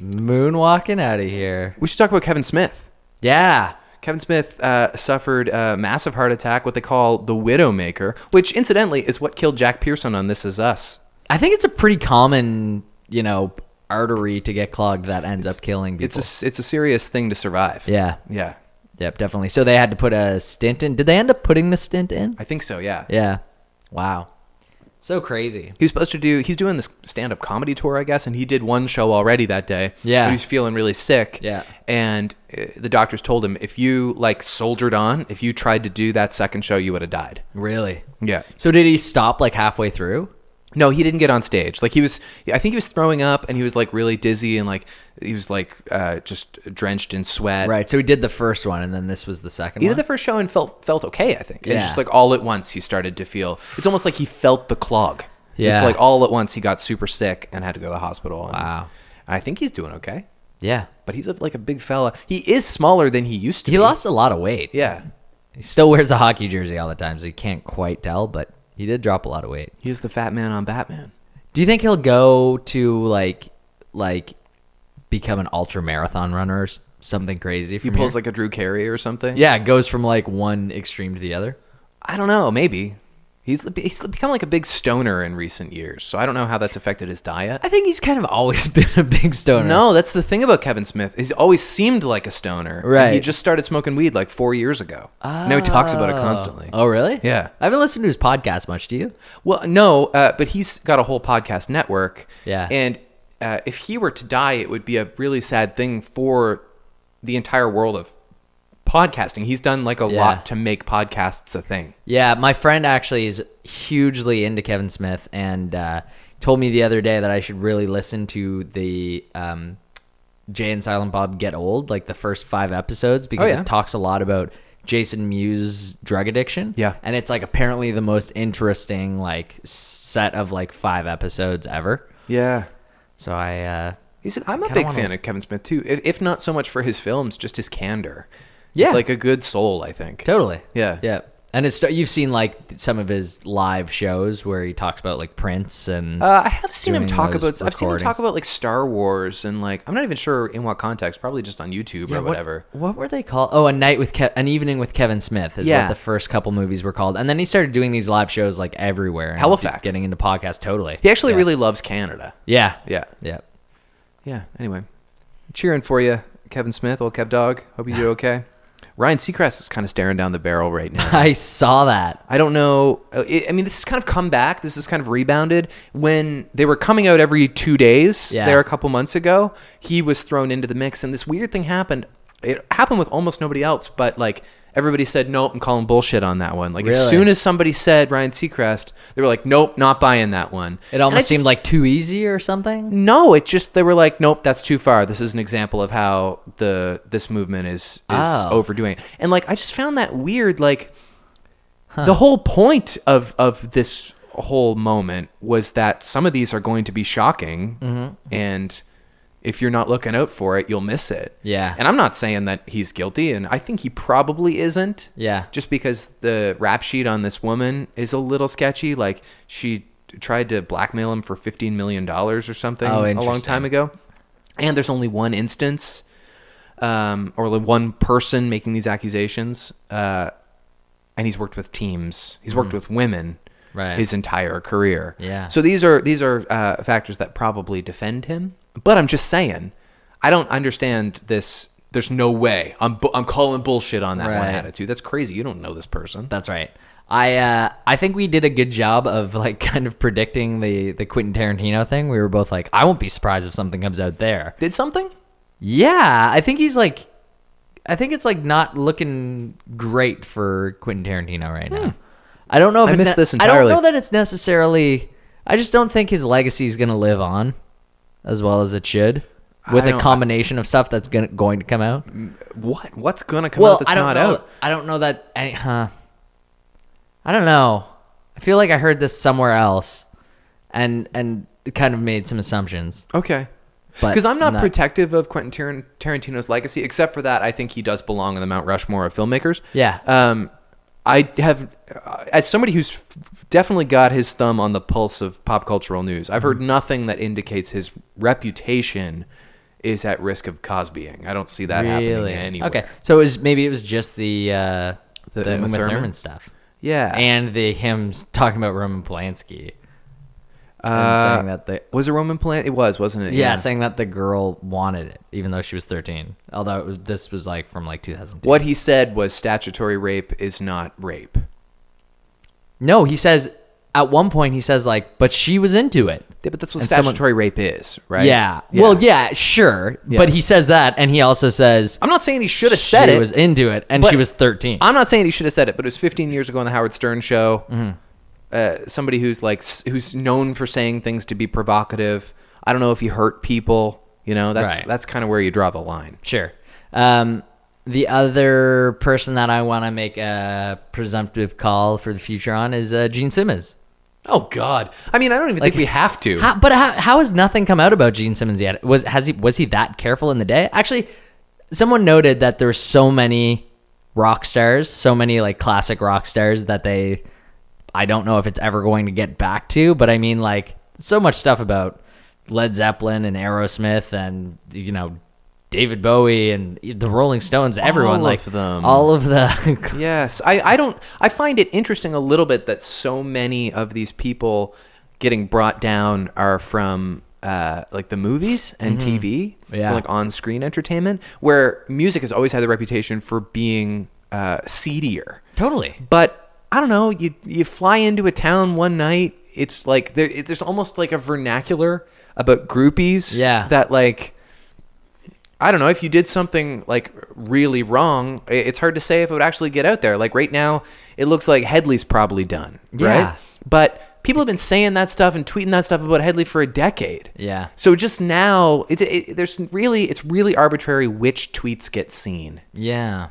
Speaker 2: Moonwalking out of here.
Speaker 1: We should talk about Kevin Smith.
Speaker 2: Yeah.
Speaker 1: Kevin Smith uh, suffered a massive heart attack, what they call the Widowmaker, which incidentally is what killed Jack Pearson on This Is Us.
Speaker 2: I think it's a pretty common, you know, artery to get clogged that ends up killing people.
Speaker 1: It's a s- it's a serious thing to survive.
Speaker 2: yeah.
Speaker 1: yeah,
Speaker 2: Yep, definitely. So they had to put a stint in. Did they end up putting the stint in?
Speaker 1: I think so. Yeah,
Speaker 2: Yeah. Wow. So crazy.
Speaker 1: He was supposed to do. He's doing this stand-up comedy tour, I guess, and he did one show already that day.
Speaker 2: Yeah.
Speaker 1: but he was feeling really sick.
Speaker 2: Yeah.
Speaker 1: and uh, the doctors told him if you like soldiered on, if you tried to do that second show, you would have died.
Speaker 2: Really?
Speaker 1: Yeah.
Speaker 2: So did he stop like halfway through?
Speaker 1: No, he didn't get on stage. Like he was, I think he was throwing up, and he was like really dizzy, and like he was like uh, just drenched in sweat.
Speaker 2: Right. So he did the first one and then this was the second
Speaker 1: He
Speaker 2: one.
Speaker 1: did the first show and felt felt okay. I think. And
Speaker 2: Yeah.
Speaker 1: just like all at once, he started to feel. It's almost like he felt the clog. It's
Speaker 2: Yeah.
Speaker 1: like all at once he got super sick and had to go to the hospital. And
Speaker 2: Wow.
Speaker 1: I think he's doing okay.
Speaker 2: yeah.
Speaker 1: but he's a, like a big fella. He is smaller than he used to.
Speaker 2: He
Speaker 1: be.
Speaker 2: lost a lot of weight.
Speaker 1: Yeah,
Speaker 2: He still wears a hockey jersey all the time, so you can't quite tell, but he did drop a lot of weight.
Speaker 1: he is the fat man on Batman.
Speaker 2: Do you think he'll go to like like become an ultra marathon runner or s- something crazy?
Speaker 1: He
Speaker 2: From
Speaker 1: pulls
Speaker 2: here?
Speaker 1: like a Drew Carey or something.
Speaker 2: yeah, goes from like one extreme to the other.
Speaker 1: I don't know. Maybe he's he's become like a big stoner in recent years. So I don't know how that's affected his diet.
Speaker 2: I think he's kind of always *laughs* been a big stoner.
Speaker 1: No, that's the thing about Kevin Smith. He's always seemed like a stoner. and He
Speaker 2: Right.
Speaker 1: just started smoking weed like four years ago. Now he talks about it constantly.
Speaker 2: Oh, really?
Speaker 1: Yeah.
Speaker 2: I haven't listened to his podcast much. Do you?
Speaker 1: Well, no, uh, but he's got a whole podcast network.
Speaker 2: Yeah.
Speaker 1: And uh, if he were to die, it would be a really sad thing for the entire world of podcasting. He's done like a
Speaker 2: Yeah.
Speaker 1: lot to make podcasts a thing.
Speaker 2: Yeah, my friend actually is hugely into Kevin Smith and uh, told me the other day that I should really listen to the um, Jay and Silent Bob Get Old, like the first five episodes, because
Speaker 1: Oh, yeah.
Speaker 2: it talks a lot about Jason Mewes' drug addiction.
Speaker 1: Yeah.
Speaker 2: and it's like apparently the most interesting like set of like five episodes ever.
Speaker 1: Yeah.
Speaker 2: So I uh,
Speaker 1: He's, I'm a
Speaker 2: Kinda
Speaker 1: big
Speaker 2: wanna-
Speaker 1: fan of Kevin Smith too, if, if not so much for his films, just his candor.
Speaker 2: Yeah.
Speaker 1: He's like a good soul, I think.
Speaker 2: Totally.
Speaker 1: Yeah.
Speaker 2: Yeah. And it's you've seen like some of his live shows where he talks about like Prince and
Speaker 1: Uh, I have seen him
Speaker 2: Doing
Speaker 1: talk
Speaker 2: those
Speaker 1: about. I've seen him talk
Speaker 2: recordings.
Speaker 1: about like Star Wars and like I'm not even sure in what context. Probably just on YouTube
Speaker 2: Yeah,
Speaker 1: or
Speaker 2: what-
Speaker 1: whatever.
Speaker 2: What, were they called? Oh, a night with Ke- an evening with Kevin Smith is
Speaker 1: Yeah.
Speaker 2: what the first couple movies were called, and then he started doing these live shows like everywhere. and
Speaker 1: Halifax.
Speaker 2: getting into podcasts totally.
Speaker 1: He actually really loves Canada.
Speaker 2: Yeah.
Speaker 1: Yeah.
Speaker 2: Yeah. *laughs*
Speaker 1: Yeah. Anyway, cheering for you, Kevin Smith, old Kev Dog. Hope you
Speaker 2: *laughs*
Speaker 1: do okay. Ryan Seacrest is kind of staring down the barrel right now.
Speaker 2: I saw that.
Speaker 1: I don't know. uh, it- I mean, this has kind of come back. This has kind of rebounded. When they were coming out every two days
Speaker 2: Yeah.
Speaker 1: there a couple months ago, he was thrown into the mix, and this weird thing happened. It happened with almost nobody else, but like everybody said, nope, I'm calling bullshit on that one. Like as
Speaker 2: Really?
Speaker 1: soon as somebody said Ryan Seacrest, they were like, nope, not buying that one.
Speaker 2: It
Speaker 1: And I
Speaker 2: almost
Speaker 1: just-
Speaker 2: seemed like too easy or something.
Speaker 1: no, it just they were like, nope, that's too far. This is an example of how the this movement is is
Speaker 2: Oh.
Speaker 1: overdoing it. And like I just found that weird. Like the whole point of of this whole moment was that some of these are going to be shocking,
Speaker 2: Mm-hmm.
Speaker 1: and if you're not looking out for it, you'll miss it.
Speaker 2: Yeah.
Speaker 1: And I'm not saying that he's guilty, and I think he probably isn't.
Speaker 2: Yeah.
Speaker 1: Just because the rap sheet on this woman is a little sketchy, like she tried to blackmail him for fifteen million dollars or something a
Speaker 2: Oh,
Speaker 1: long
Speaker 2: interesting.
Speaker 1: time ago, and there's only one instance, um, or like one person making these accusations, uh, and he's worked with teams, he's worked with women,
Speaker 2: Hmm. Right.
Speaker 1: his entire career.
Speaker 2: Yeah.
Speaker 1: So these are these are uh, factors that probably defend him. But I'm just saying, I don't understand this. There's no way. I'm bu- I'm calling bullshit on that one
Speaker 2: Right.
Speaker 1: attitude. That's crazy. You don't know this person.
Speaker 2: That's right. I uh, I think we did a good job of like *laughs* kind of predicting the the Quentin Tarantino thing. We were both like, I won't be surprised if something comes out there.
Speaker 1: Did something?
Speaker 2: Yeah, I think he's like, I think it's like not looking great for Quentin Tarantino right now. I don't know if
Speaker 1: Hmm. I missed
Speaker 2: it's
Speaker 1: this
Speaker 2: I don't
Speaker 1: entirely.
Speaker 2: know that it's necessarily. I just don't think his legacy is going to live on as well as it should with
Speaker 1: I
Speaker 2: a
Speaker 1: don't-
Speaker 2: combination of stuff that's gonna, going to come out.
Speaker 1: What? What's gonna come out
Speaker 2: Well,
Speaker 1: that's
Speaker 2: I don't
Speaker 1: not
Speaker 2: know.
Speaker 1: out?
Speaker 2: I don't know that. Any, huh? I don't know. I feel like I heard this somewhere else, and and kind of made some assumptions.
Speaker 1: Okay.
Speaker 2: But
Speaker 1: Because I'm not
Speaker 2: no.
Speaker 1: protective of Quentin Taran- Tarantino's legacy, except for that I think he does belong in the Mount Rushmore of filmmakers.
Speaker 2: Yeah.
Speaker 1: Um, I have, uh, as somebody who's f- definitely got his thumb
Speaker 2: Mm-hmm.
Speaker 1: on the pulse of pop cultural news, I've heard nothing that indicates his reputation is at risk of Cosbying. I don't see that
Speaker 2: really?
Speaker 1: happening anywhere.
Speaker 2: Okay, so it was maybe it was just the uh,
Speaker 1: The
Speaker 2: the,
Speaker 1: Uma
Speaker 2: Uma Thurman?
Speaker 1: Thurman? Ah.
Speaker 2: stuff
Speaker 1: Yeah.
Speaker 2: and the him talking about Roman Polanski
Speaker 1: Uh,
Speaker 2: and saying that the
Speaker 1: was it Roman Plant? It was, wasn't it?
Speaker 2: yeah, saying that the girl wanted it even though she was 13. Although it was, this was like from like 2002.
Speaker 1: What he said was statutory rape is not rape.
Speaker 2: No, he says at one point he says like, but she was into it.
Speaker 1: Yeah, but that's what
Speaker 2: And someone-
Speaker 1: statutory rape is, right?
Speaker 2: Yeah. Well, yeah, sure.
Speaker 1: Yeah.
Speaker 2: But he says that, and he also says
Speaker 1: I'm not saying he should have said
Speaker 2: she
Speaker 1: it.
Speaker 2: was into it, and
Speaker 1: but-
Speaker 2: she was 13.
Speaker 1: I'm not saying he should have said it, but it was 15 years ago on the Howard Stern show. Uh, somebody who's like s- who's known for saying things to be provocative. I don't know if he hurt people. You know, that's
Speaker 2: Right.
Speaker 1: that's kind of where you draw the line.
Speaker 2: Sure. Um, the other person that I want to make a presumptive call for the future on is uh, Gene Simmons.
Speaker 1: Oh God! I mean, I don't even think we have to.
Speaker 2: How, but how, how has nothing come out about Gene Simmons yet? Was has he was he that careful in the day? Actually, someone noted that there's so many rock stars, so many like classic rock stars that they I don't know if it's ever going to get back to, but I mean like so much stuff about Led Zeppelin and Aerosmith and you know David Bowie and the Rolling Stones, everyone
Speaker 1: of
Speaker 2: like
Speaker 1: them.
Speaker 2: all of the *laughs*
Speaker 1: Yes, I, I don't. I find it interesting a little bit that so many of these people getting brought down are from uh, like the movies and TV,
Speaker 2: Yeah.
Speaker 1: like on screen entertainment, where music has always had the reputation for being uh, seedier.
Speaker 2: totally.
Speaker 1: But I don't know. You you fly into a town one night. It's like there. It, there's almost like a vernacular about groupies.
Speaker 2: Yeah.
Speaker 1: That like. I don't know if you did something like really wrong. i- It's hard to say if it would actually get out there. Like right now, it looks like Headley's probably done,
Speaker 2: Yeah.
Speaker 1: right? But people have been saying that stuff and tweeting that stuff about Headley for a decade.
Speaker 2: Yeah.
Speaker 1: So just now, it's it, there's really it's really arbitrary which tweets get seen.
Speaker 2: Yeah.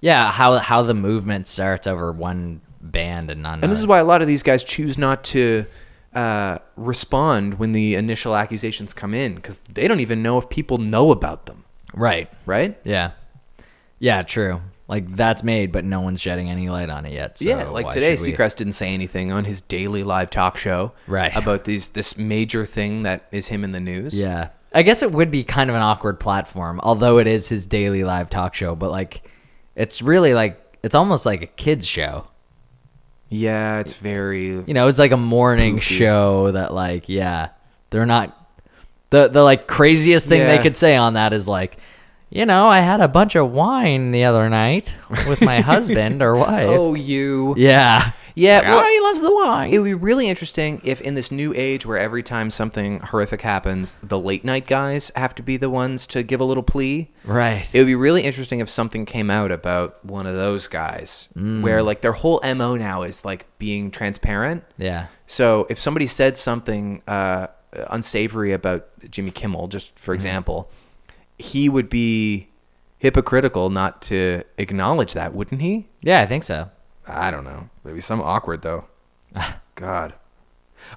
Speaker 2: Yeah, how how the movement starts over one band and not
Speaker 1: And this is why a lot of these guys choose not to uh, respond when the initial accusations come in because they don't even know if people know about them,
Speaker 2: right.
Speaker 1: right?
Speaker 2: Yeah. Yeah, true. Like that's made but no one's shedding any light on it yet. So
Speaker 1: yeah, like
Speaker 2: why
Speaker 1: today,
Speaker 2: should we-
Speaker 1: Seacrest didn't say anything on his daily live talk show
Speaker 2: Right. *laughs*
Speaker 1: about these this major thing that is him in the news.
Speaker 2: Yeah. I guess it would be kind of an awkward platform, although it is his daily live talk show, but like it's really like it's almost like a kids show.
Speaker 1: yeah, it's very
Speaker 2: You know, it's like a morning show that like, yeah, they're not the the like craziest thing
Speaker 1: Yeah.
Speaker 2: they could say on that is like, you know, I had a bunch of wine the other night with my husband or wife.
Speaker 1: oh you
Speaker 2: Yeah.
Speaker 1: yeah. well,
Speaker 2: he loves the wine.
Speaker 1: it would be really interesting if in this new age where every time something horrific happens, the late night guys have to be the ones to give a little plea.
Speaker 2: right.
Speaker 1: It would be really interesting if something came out about one of those guys where like their whole MO now is like being transparent.
Speaker 2: yeah.
Speaker 1: So if somebody said something uh, unsavory about Jimmy Kimmel, just for example, he would be hypocritical not to acknowledge that, wouldn't he?
Speaker 2: Yeah, I think so.
Speaker 1: I don't know. Maybe some awkward *laughs* though. God.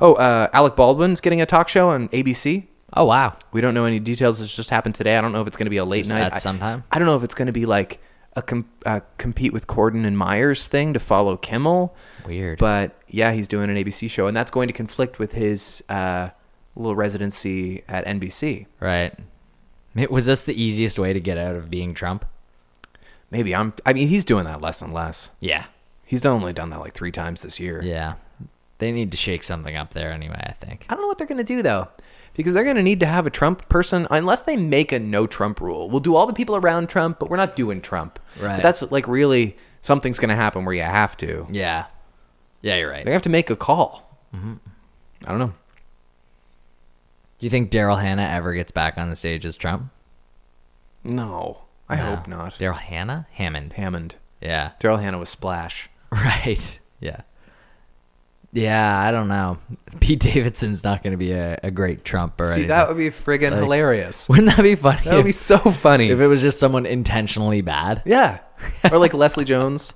Speaker 1: Oh, uh, Alec Baldwin's getting a talk show on ABC.
Speaker 2: Oh wow.
Speaker 1: We don't know any details. This just happened today. I don't know if it's going to be a late
Speaker 2: Just
Speaker 1: night.
Speaker 2: at
Speaker 1: I-
Speaker 2: some time?
Speaker 1: I, don't know if it's going to be like a com- uh, compete with Corden and Myers thing to follow Kimmel.
Speaker 2: Weird.
Speaker 1: But yeah, he's doing an ABC show, and that's going to conflict with his uh, little residency at NBC.
Speaker 2: Right. Ma- Was this the easiest way to get out of being Trump?
Speaker 1: Maybe I'm. I mean, he's doing that less and less.
Speaker 2: Yeah.
Speaker 1: He's done only done that like three times this year.
Speaker 2: Yeah. They need to shake something up there anyway, I think.
Speaker 1: I don't know what they're going to do though, because they're going to need to have a Trump person unless they make a no Trump rule. We'll do all the people around Trump, but we're not doing Trump.
Speaker 2: Right.
Speaker 1: But that's like really something's going to happen where you have to.
Speaker 2: Yeah. Yeah, you're right.
Speaker 1: They have to make a call. I don't know.
Speaker 2: Do you think Daryl Hannah ever gets back on the stage as Trump?
Speaker 1: No, I hope not.
Speaker 2: Daryl Hannah? Hammond.
Speaker 1: Hammond.
Speaker 2: Yeah. *laughs*
Speaker 1: Daryl Hannah was Splash.
Speaker 2: Right. Yeah. Yeah, I don't know. *laughs* Pete Davidson's not going to be a, a great Trump or
Speaker 1: See,
Speaker 2: anything.
Speaker 1: that would be friggin' *laughs* hilarious.
Speaker 2: *laughs* Wouldn't that be funny?
Speaker 1: That would be
Speaker 2: if,
Speaker 1: so funny.
Speaker 2: if it was just someone
Speaker 1: *laughs*
Speaker 2: intentionally bad? *laughs*
Speaker 1: yeah. or like Leslie Jones.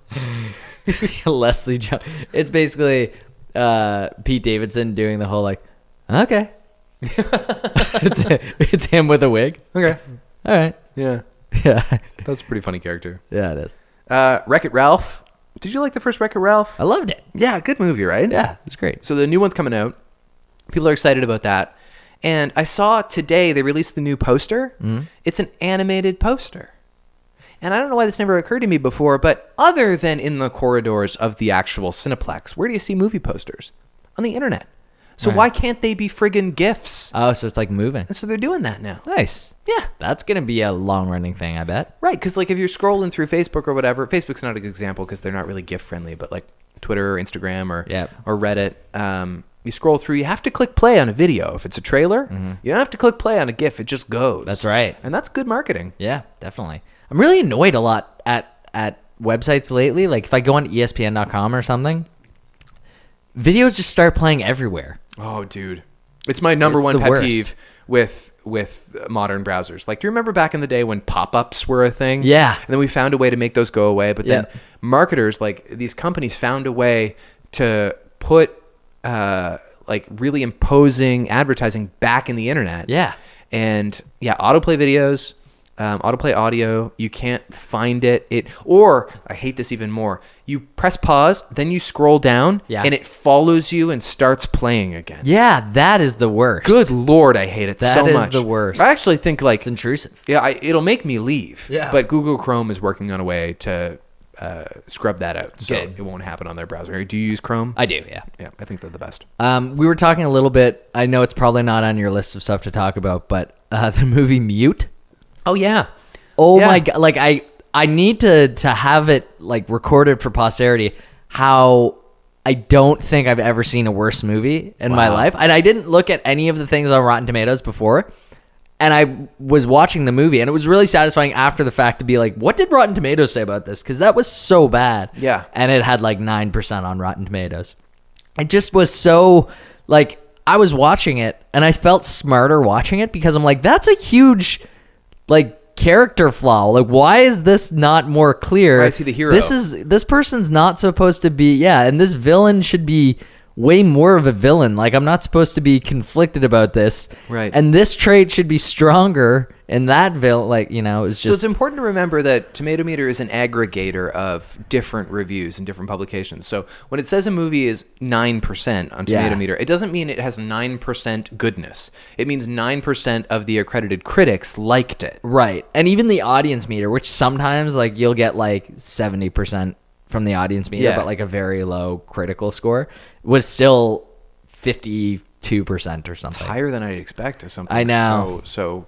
Speaker 2: Leslie Jones. It's basically uh, Pete Davidson doing the whole like,
Speaker 1: *laughs*
Speaker 2: okay. it's, it's him with a wig.
Speaker 1: Okay.
Speaker 2: All right. *laughs*
Speaker 1: Yeah.
Speaker 2: Yeah.
Speaker 1: That's a pretty funny character.
Speaker 2: Yeah, it is.
Speaker 1: Uh, Wreck It Ralph. Did you like the first Wreck It Ralph?
Speaker 2: I loved it.
Speaker 1: Yeah, good movie, right?
Speaker 2: Yeah, it was great.
Speaker 1: So the new one's coming out. People are excited about that. And I saw today they released the new poster. It's an animated poster. And I don't know why this never occurred to me before, but other than in the corridors of the actual Cineplex, where do you see movie posters? On the internet. So why can't they be friggin' GIFs?
Speaker 2: Oh, so it's like moving.
Speaker 1: And so they're doing that now.
Speaker 2: Nice.
Speaker 1: Yeah.
Speaker 2: That's gonna be a long running thing, I bet.
Speaker 1: Right, because like if you're scrolling through Facebook or whatever, Facebook's not a good example because they're not really GIF friendly, but like Twitter or Instagram or
Speaker 2: Yep.
Speaker 1: or Reddit, um, you scroll through. You have to click play on a video if it's a trailer. You don't have to click play on a GIF; it just goes.
Speaker 2: Mm-hmm. That's right.
Speaker 1: and that's good marketing.
Speaker 2: Yeah, definitely. I'm really annoyed a lot at at websites lately. Like if I go on E ESPN.com or something, videos just start playing everywhere.
Speaker 1: Oh, dude, it's my number
Speaker 2: It's
Speaker 1: one
Speaker 2: the
Speaker 1: pet
Speaker 2: worst.
Speaker 1: peeve with with modern browsers. Like, do you remember back in the day when pop ups were a thing?
Speaker 2: Yeah.
Speaker 1: and then we found a way to make those go away. But
Speaker 2: Yep.
Speaker 1: then marketers, like these companies, found a way to put uh, like really imposing advertising back in the internet.
Speaker 2: Yeah.
Speaker 1: and yeah, autoplay videos. Um, autoplay audio you can't find it it or i hate this even more you press pause then you scroll down
Speaker 2: Yeah.
Speaker 1: and it follows you and starts playing again
Speaker 2: Yeah, that is the worst.
Speaker 1: Good lord, I hate it
Speaker 2: That
Speaker 1: so much.
Speaker 2: is the worst.
Speaker 1: I actually think like
Speaker 2: It's intrusive.
Speaker 1: yeah, I, it'll make me leave.
Speaker 2: Yeah.
Speaker 1: But Google Chrome is working on a way to uh, scrub that out, so
Speaker 2: Good.
Speaker 1: it won't happen on their browser. Do you use Chrome?
Speaker 2: I do, yeah.
Speaker 1: yeah, I think they're the best.
Speaker 2: Um, we were talking a little bit. I know it's probably not on your list of stuff to talk about, but uh, *laughs* the movie Mute.
Speaker 1: Oh yeah.
Speaker 2: Oh
Speaker 1: Yeah.
Speaker 2: my god! Like I, I need to to have it like recorded for posterity. How I don't think I've ever seen a worse movie in my life, and I didn't look at any of the things on Rotten Tomatoes before. And I was watching the movie, and it was really satisfying after the fact to be like, "What did Rotten Tomatoes say about this?" Because that was so bad.
Speaker 1: Yeah.
Speaker 2: and it had like nine percent on Rotten Tomatoes. It just was so like I was watching it, and I felt smarter watching it because I'm like, "That's a huge." like character flaw. Like why is this not more clear?
Speaker 1: Why is he the hero?
Speaker 2: This is this person's not supposed to be yeah, and this villain should be way more of a villain. Like I'm not supposed to be conflicted about this.
Speaker 1: Right.
Speaker 2: And this trait should be stronger and that villain like, you know, it's
Speaker 1: So it's
Speaker 2: just
Speaker 1: important to remember that Tomatometer is an aggregator of different reviews and different publications. So when it says a movie is 9% on
Speaker 2: Yeah.
Speaker 1: Tomatometer, it doesn't mean it has 9% goodness. It means 9% of the accredited critics liked it.
Speaker 2: right. And even the audience meter, which sometimes like you'll get like 70% from the audience meter,
Speaker 1: Yeah.
Speaker 2: but like a very low critical score was still 52% or something.
Speaker 1: higher than I'd expect or something.
Speaker 2: I know.
Speaker 1: So, so,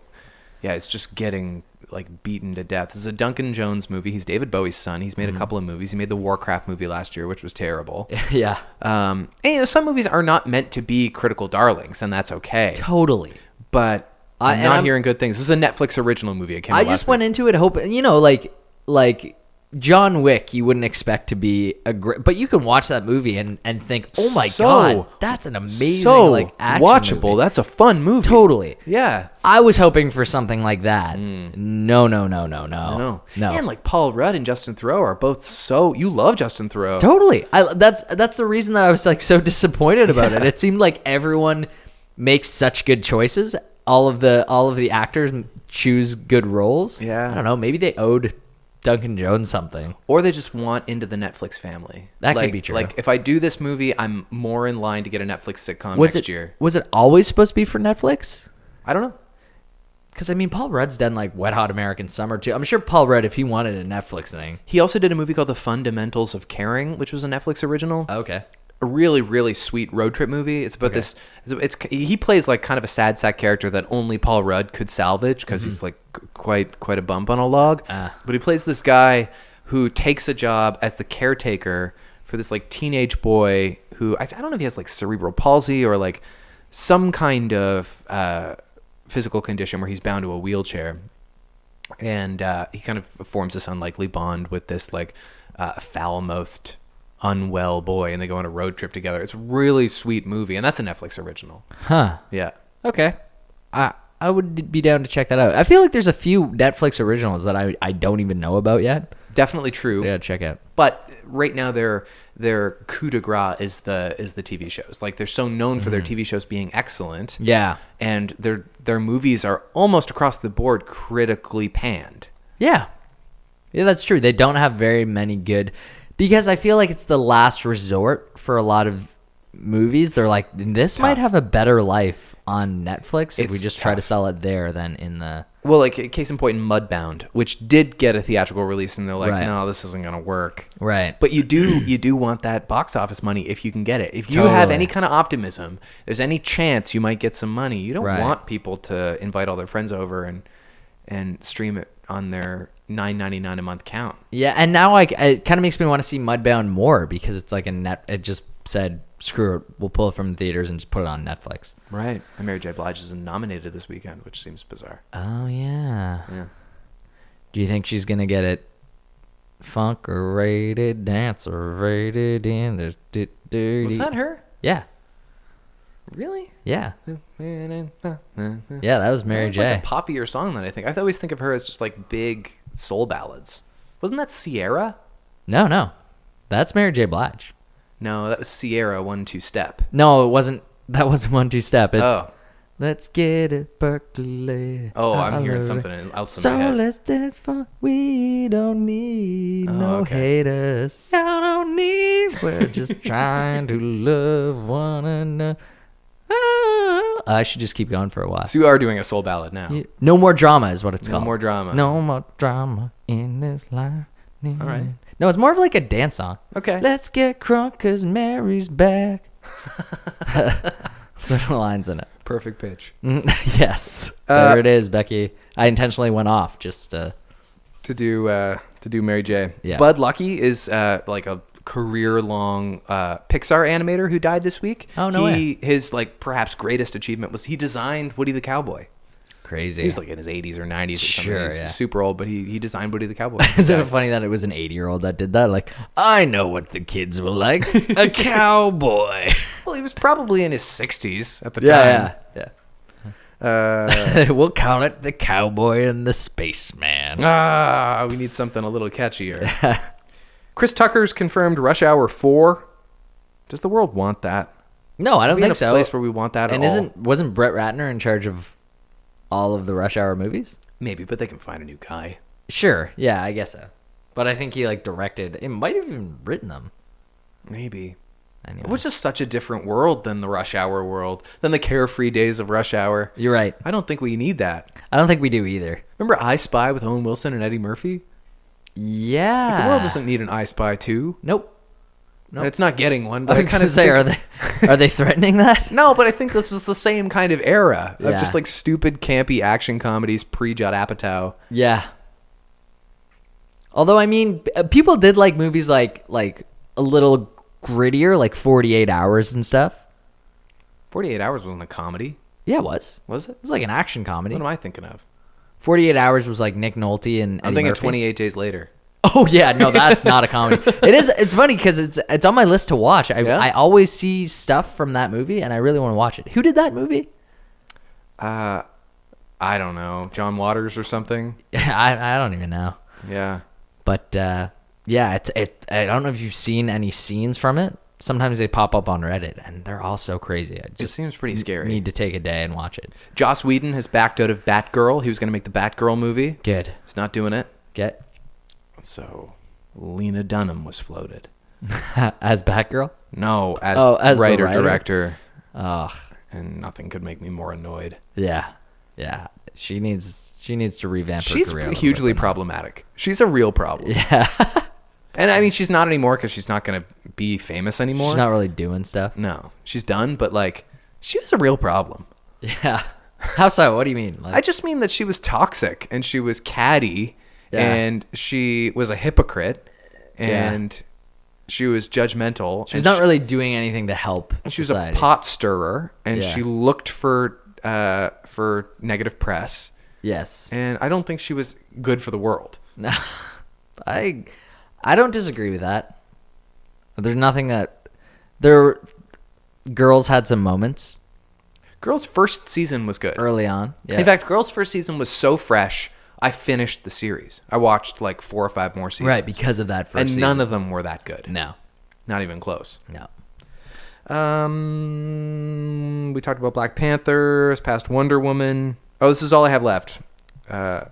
Speaker 1: yeah, it's just getting like beaten to death. This is a Duncan Jones movie. He's David Bowie's son. He's made a couple of movies. He made the Warcraft movie last year, which was terrible.
Speaker 2: Mm-hmm. *laughs* yeah.
Speaker 1: um, and, you know, some movies are not meant to be critical darlings, and that's okay.
Speaker 2: Totally.
Speaker 1: But
Speaker 2: I-
Speaker 1: I'm
Speaker 2: and
Speaker 1: not
Speaker 2: I'm-
Speaker 1: hearing good things. This is a Netflix original movie. It came
Speaker 2: I
Speaker 1: out
Speaker 2: just
Speaker 1: last week.
Speaker 2: went into it hoping, you know, like like John Wick, you wouldn't expect to be a great, but you can watch that movie and and think, oh my
Speaker 1: So-
Speaker 2: god, that's an amazing
Speaker 1: so
Speaker 2: like action
Speaker 1: watchable.
Speaker 2: movie."
Speaker 1: That's a fun movie.
Speaker 2: Totally.
Speaker 1: Yeah.
Speaker 2: I was hoping for something like that. No, no, no, no, no,
Speaker 1: Hmm. No.
Speaker 2: no.
Speaker 1: And like Paul Rudd and Justin Thoreau are both so you love Justin Thoreau.
Speaker 2: Totally. I that's that's the reason that I was like so disappointed about it. It seemed like everyone makes such good choices. All of the all of the actors choose good roles.
Speaker 1: Yeah.
Speaker 2: I don't know. Maybe they owed Duncan Jones something.
Speaker 1: or they just want into the Netflix family.
Speaker 2: That could
Speaker 1: like,
Speaker 2: be true.
Speaker 1: Like if I do this movie, I'm more in line to get a Netflix sitcom
Speaker 2: was
Speaker 1: next
Speaker 2: it
Speaker 1: year.
Speaker 2: was it always supposed to be for Netflix?
Speaker 1: I don't know.
Speaker 2: Because I mean, Paul Rudd's done like Wet Hot American Summer too. I'm sure Paul Rudd, if he wanted a Netflix thing,
Speaker 1: He also did a movie called The Fundamentals of Caring, which was a Netflix original.
Speaker 2: okay,
Speaker 1: a really really sweet road trip movie. It's about this. It's he plays like kind of a sad sack character that only Paul Rudd could salvage because he's like qu- quite quite a bump on a log. But he plays this guy who takes a job as the caretaker for this like teenage boy who I, I don't know if he has like cerebral palsy or like some kind of uh, physical condition where he's bound to a wheelchair and uh, he kind of forms this unlikely bond with this like uh, foul-mouthed unwell boy and they go on a road trip together it's a really sweet movie and that's a netflix
Speaker 2: *laughs*
Speaker 1: original
Speaker 2: huh?
Speaker 1: yeah
Speaker 2: Okay, I I would be down to check that out. I feel like there's a few Netflix originals that I I don't even know about yet.
Speaker 1: definitely true
Speaker 2: Yeah, check out.
Speaker 1: but right now their their coup de grace is the is the tv shows like they're so known for their tv shows being excellent
Speaker 2: Mm-hmm. Yeah,
Speaker 1: and their their movies are almost across the board critically panned
Speaker 2: yeah, yeah. That's true. They don't have very many good because I feel like it's the last resort for a lot of movies, they're like, this might have a better life on Netflix if we
Speaker 1: it's
Speaker 2: just try to
Speaker 1: tough.
Speaker 2: sell it there than in the.
Speaker 1: Well, like a case in point, Mudbound, which did get a theatrical release, and they're like,
Speaker 2: Right.
Speaker 1: no, this isn't gonna work.
Speaker 2: Right.
Speaker 1: But you
Speaker 2: *clears throat*
Speaker 1: do you do want that box office money if you can get it. If you have
Speaker 2: Totally.
Speaker 1: any kind of optimism, there's any chance you might get some money. You don't
Speaker 2: Right.
Speaker 1: want people to invite all their friends over and and stream it on their 9.99 a month count.
Speaker 2: Yeah, and now like it kind of makes me want to see Mudbound more because it's like a net. It just said, "Screw it, we'll pull it from the theaters and just put it on Netflix."
Speaker 1: Right. And Mary J. Blige is nominated this weekend, which seems bizarre.
Speaker 2: Oh yeah.
Speaker 1: Yeah.
Speaker 2: Do you think she's gonna get it? Funk or rated dance or rated in there's di- dirty.
Speaker 1: Was that her?
Speaker 2: Yeah,
Speaker 1: Really?
Speaker 2: yeah,
Speaker 1: Mary
Speaker 2: yeah. That was Mary
Speaker 1: was
Speaker 2: J.
Speaker 1: like a poppier song than I think. I always think of her as just like big soul ballads. Wasn't that Sierra?
Speaker 2: no, no, that's Mary J. Blige.
Speaker 1: No, that was Sierra One Two Step.
Speaker 2: No, it wasn't. That *laughs* wasn't one two step. It's
Speaker 1: Oh.
Speaker 2: let's get it Berkeley.
Speaker 1: Oh, I'm hearing
Speaker 2: Hallelujah."
Speaker 1: something else in
Speaker 2: So
Speaker 1: my head.
Speaker 2: let's dance for we don't need
Speaker 1: Oh,
Speaker 2: no
Speaker 1: okay.
Speaker 2: haters. Y'all don't need.
Speaker 1: *laughs*
Speaker 2: We're just trying to love one another. Ah. I should just keep going for a while.
Speaker 1: So you are doing a soul ballad now.
Speaker 2: No more drama is what it's
Speaker 1: No
Speaker 2: called.
Speaker 1: more drama.
Speaker 2: No more drama in this life. All
Speaker 1: right.
Speaker 2: No, it's more of like a dance song.
Speaker 1: Okay.
Speaker 2: Let's get crunk 'cause
Speaker 1: *laughs*
Speaker 2: Mary's back. *laughs* There's no lines in it. *laughs*
Speaker 1: Perfect pitch.
Speaker 2: Mm, yes.
Speaker 1: Uh,
Speaker 2: there it is, Becky. I intentionally went off just uh
Speaker 1: To do uh, to do Mary J.
Speaker 2: Yeah.
Speaker 1: Bud Lucky is uh, like a career long uh, Pixar animator who died this week.
Speaker 2: Oh, no
Speaker 1: he, His like perhaps greatest achievement was he designed Woody the Cowboy.
Speaker 2: crazy.
Speaker 1: He was like in his 80s or 90s or
Speaker 2: Sure,
Speaker 1: something. He's
Speaker 2: yeah.
Speaker 1: super old, but he, he designed Woody the
Speaker 2: *laughs*
Speaker 1: Cowboy.
Speaker 2: *laughs* Isn't it funny that it was an 80 year old that did that? Like, I know what the kids were like. *laughs* A cowboy.
Speaker 1: well, he was probably in his 60s at the
Speaker 2: *laughs* yeah, yeah,
Speaker 1: time. Uh, *laughs*
Speaker 2: yeah. *laughs* we'll call it the cowboy and the *laughs* spaceman.
Speaker 1: ah, we need something a little catchier. Chris Tucker's confirmed Rush Hour 4. Does the world want that?
Speaker 2: No, I don't
Speaker 1: We in
Speaker 2: think
Speaker 1: a
Speaker 2: so.
Speaker 1: place where we want that at
Speaker 2: and
Speaker 1: all?
Speaker 2: isn't wasn't Brett Ratner in charge of all of the Rush Hour movies?
Speaker 1: Maybe, but they can find a new guy.
Speaker 2: Sure. Yeah, I guess so. But I think he like directed. It might have even written them.
Speaker 1: Maybe.
Speaker 2: Anyway.
Speaker 1: Which is such a different world than the Rush Hour world, than the carefree days of Rush Hour.
Speaker 2: You're right.
Speaker 1: I don't think we need that.
Speaker 2: I don't think we do either.
Speaker 1: Remember I Spy with Owen Wilson and Eddie Murphy?
Speaker 2: Yeah.
Speaker 1: The world doesn't need an I Spy 2.
Speaker 2: Nope. Nope.
Speaker 1: It's not getting one, but
Speaker 2: I
Speaker 1: I,
Speaker 2: was
Speaker 1: kind
Speaker 2: gonna
Speaker 1: of
Speaker 2: say,
Speaker 1: think-
Speaker 2: are they are they threatening
Speaker 1: *laughs*
Speaker 2: that?
Speaker 1: No, but I think this is the same kind of era of
Speaker 2: Yeah.
Speaker 1: just like stupid, campy action comedies pre Judd Apatow.
Speaker 2: Yeah. Although I mean, uh, people did like movies like like a little grittier, like Forty Eight Hours and stuff.
Speaker 1: Forty Eight Hours wasn't a comedy,
Speaker 2: Yeah, it was. It
Speaker 1: was it?
Speaker 2: was like an action comedy.
Speaker 1: What am I thinking of?
Speaker 2: Forty Eight Hours was like Nick Nolte and
Speaker 1: I'm
Speaker 2: Eddie
Speaker 1: thinking
Speaker 2: Murphy.
Speaker 1: Twenty Eight Days Later.
Speaker 2: *laughs* Oh yeah, no, that's not
Speaker 1: *laughs*
Speaker 2: a comedy. It is. It's funny because it's it's on my list to watch. I
Speaker 1: Yeah?
Speaker 2: I always see stuff from that movie, and I really want to watch it. Who did that movie? *laughs*
Speaker 1: Uh, I don't know, John Waters or something.
Speaker 2: I I don't even know.
Speaker 1: Yeah,
Speaker 2: But uh, yeah, it's it. I don't know if you've seen any scenes from it. Sometimes they pop up on Reddit, and they're all so crazy. I
Speaker 1: it
Speaker 2: just
Speaker 1: seems pretty scary.
Speaker 2: need to take a day and watch it.
Speaker 1: Joss Whedon has backed out of Batgirl. He was going to make the Batgirl movie.
Speaker 2: Good.
Speaker 1: He's not doing it.
Speaker 2: Get *laughs*
Speaker 1: So Lena Dunham was floated.
Speaker 2: as Batgirl.
Speaker 1: No, as,
Speaker 2: Oh, as the
Speaker 1: writer,
Speaker 2: writer?
Speaker 1: director,
Speaker 2: Ugh.
Speaker 1: and nothing could make me more annoyed.
Speaker 2: Yeah. Yeah. She needs. She needs to revamp her
Speaker 1: She's
Speaker 2: career. a little
Speaker 1: hugely
Speaker 2: bit.
Speaker 1: problematic. She's a real problem. Yeah. *laughs* and I mean, she's not anymore because she's not going to be famous anymore.
Speaker 2: She's not really doing stuff. *laughs*
Speaker 1: no, she's done, but like, she was a real problem.
Speaker 2: Yeah. How so? What do you mean? Like,
Speaker 1: I just mean that she was toxic and she was catty
Speaker 2: Yeah.
Speaker 1: and she was a hypocrite
Speaker 2: Yeah.
Speaker 1: and she was judgmental.
Speaker 2: she's not really doing anything to help.
Speaker 1: She was a
Speaker 2: society.
Speaker 1: pot stirrer and
Speaker 2: Yeah.
Speaker 1: she looked for uh, for negative press.
Speaker 2: Yes.
Speaker 1: And I don't think she was good for the world.
Speaker 2: I I don't disagree with that. There's nothing that there girls had some moments
Speaker 1: Girls' first season was good.
Speaker 2: early on. Yeah.
Speaker 1: In fact, Girls' first season was so fresh, I finished the series. I watched like four or five more seasons.
Speaker 2: right because of that first
Speaker 1: and none
Speaker 2: season.
Speaker 1: of them were that good.
Speaker 2: No.
Speaker 1: Not even close.
Speaker 2: No.
Speaker 1: Um, we talked about Black Panther, this past Wonder Woman. Oh, this is all I have left. Uh,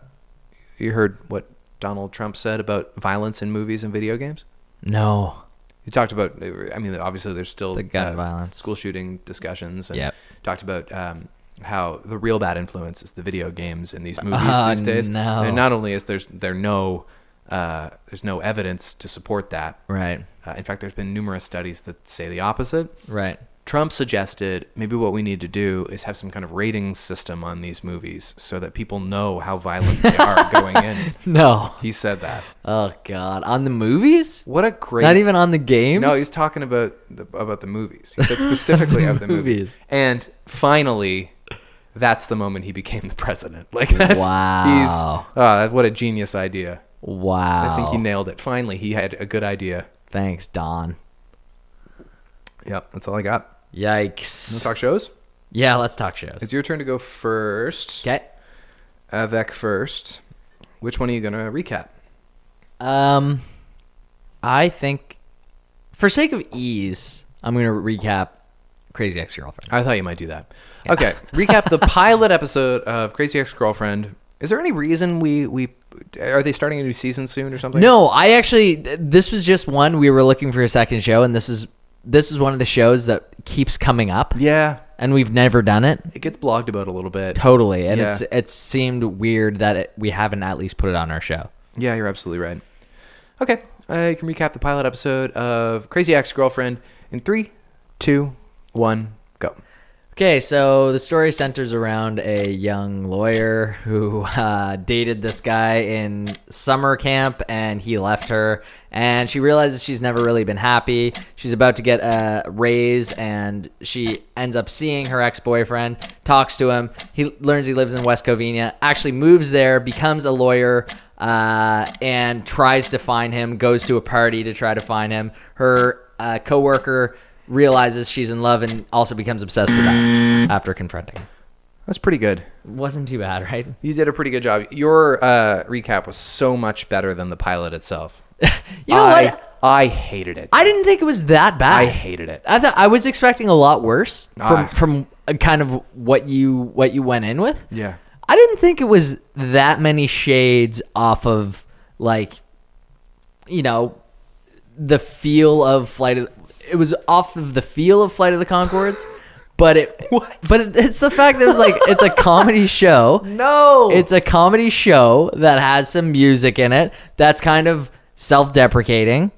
Speaker 1: you heard what Donald Trump said about violence in movies and video games?
Speaker 2: No.
Speaker 1: We talked about. I mean, obviously, there's still uh,
Speaker 2: The gun violence.
Speaker 1: school shooting discussions, and
Speaker 2: Yep.
Speaker 1: talked about um, how the real bad influence is the video games in these movies
Speaker 2: Oh,
Speaker 1: these days.
Speaker 2: no.
Speaker 1: And not only is there's there no uh, there's no evidence to support that.
Speaker 2: Right.
Speaker 1: Uh, in fact, there's been numerous studies that say the opposite.
Speaker 2: Right.
Speaker 1: Trump suggested maybe what we need to do is have some kind of ratings system on these movies so that people know how violent they
Speaker 2: *laughs*
Speaker 1: are going in.
Speaker 2: *laughs* No.
Speaker 1: He said that.
Speaker 2: Oh God. On the movies?
Speaker 1: What a great
Speaker 2: Not even on the games?
Speaker 1: No, he's talking about the, about the movies. He said specifically
Speaker 2: The
Speaker 1: of
Speaker 2: *laughs*
Speaker 1: the movies.
Speaker 2: movies.
Speaker 1: And finally, that's the moment he became the president. *laughs* Like that's
Speaker 2: Wow.
Speaker 1: He's, oh, what a genius idea!
Speaker 2: Wow.
Speaker 1: I think he nailed it. Finally, he had a good idea.
Speaker 2: Thanks, Don.
Speaker 1: Yep, that's all I got. Wanna
Speaker 2: Yikes.
Speaker 1: Talk shows.
Speaker 2: yeah, let's talk shows.
Speaker 1: It's your turn to go first.
Speaker 2: Okay.
Speaker 1: Avec first. Which one are you gonna recap?
Speaker 2: Um, I think, for sake of ease, I'm gonna recap Crazy Ex-Girlfriend.
Speaker 1: I thought you might do that. Okay, recap
Speaker 2: *laughs*
Speaker 1: the pilot episode of Crazy Ex-Girlfriend. Is there any reason we we are they starting a new season soon or something?
Speaker 2: No, I actually th- this was just one we were looking for a second show, and this is this is one of the shows that keeps coming up,
Speaker 1: Yeah,
Speaker 2: and we've never done it
Speaker 1: it gets blogged about a little bit.
Speaker 2: totally, and
Speaker 1: Yeah.
Speaker 2: it's it seemed weird that it, we haven't at least put it on our show.
Speaker 1: Yeah, you're absolutely right. Okay, I can recap the pilot episode of Crazy Ex Girlfriend in three, two, one, go.
Speaker 2: Okay, so the story centers around a young lawyer who uh, dated this guy in summer camp and he left her. And she realizes she's never really been happy. She's about to get a raise and she ends up seeing her ex boyfriend, talks to him. He learns he lives in West Covina, actually moves there, becomes a lawyer, uh, and tries to find him, goes to a party to try to find him. Her uh, coworker realizes she's in love and also becomes obsessed with that after confronting. him.
Speaker 1: That's pretty good.
Speaker 2: Wasn't too bad, right?
Speaker 1: You did a pretty good job. Your uh, recap was so much better than the pilot itself. you
Speaker 2: You know
Speaker 1: I,
Speaker 2: what?
Speaker 1: I hated it. I,
Speaker 2: I didn't think it was that bad.
Speaker 1: hated it.
Speaker 2: I thought I was expecting a lot worse from
Speaker 1: Ah.
Speaker 2: from uh, kind of what you what you went in with.
Speaker 1: Yeah.
Speaker 2: I didn't think it was that many shades off of like you know the feel of flight of it was off of the feel of flight of the concords but *laughs* it
Speaker 1: What?
Speaker 2: but it, it's the fact that it's like it's a *laughs* comedy show
Speaker 1: No.
Speaker 2: it's a comedy show that has some music in it that's kind of self-deprecating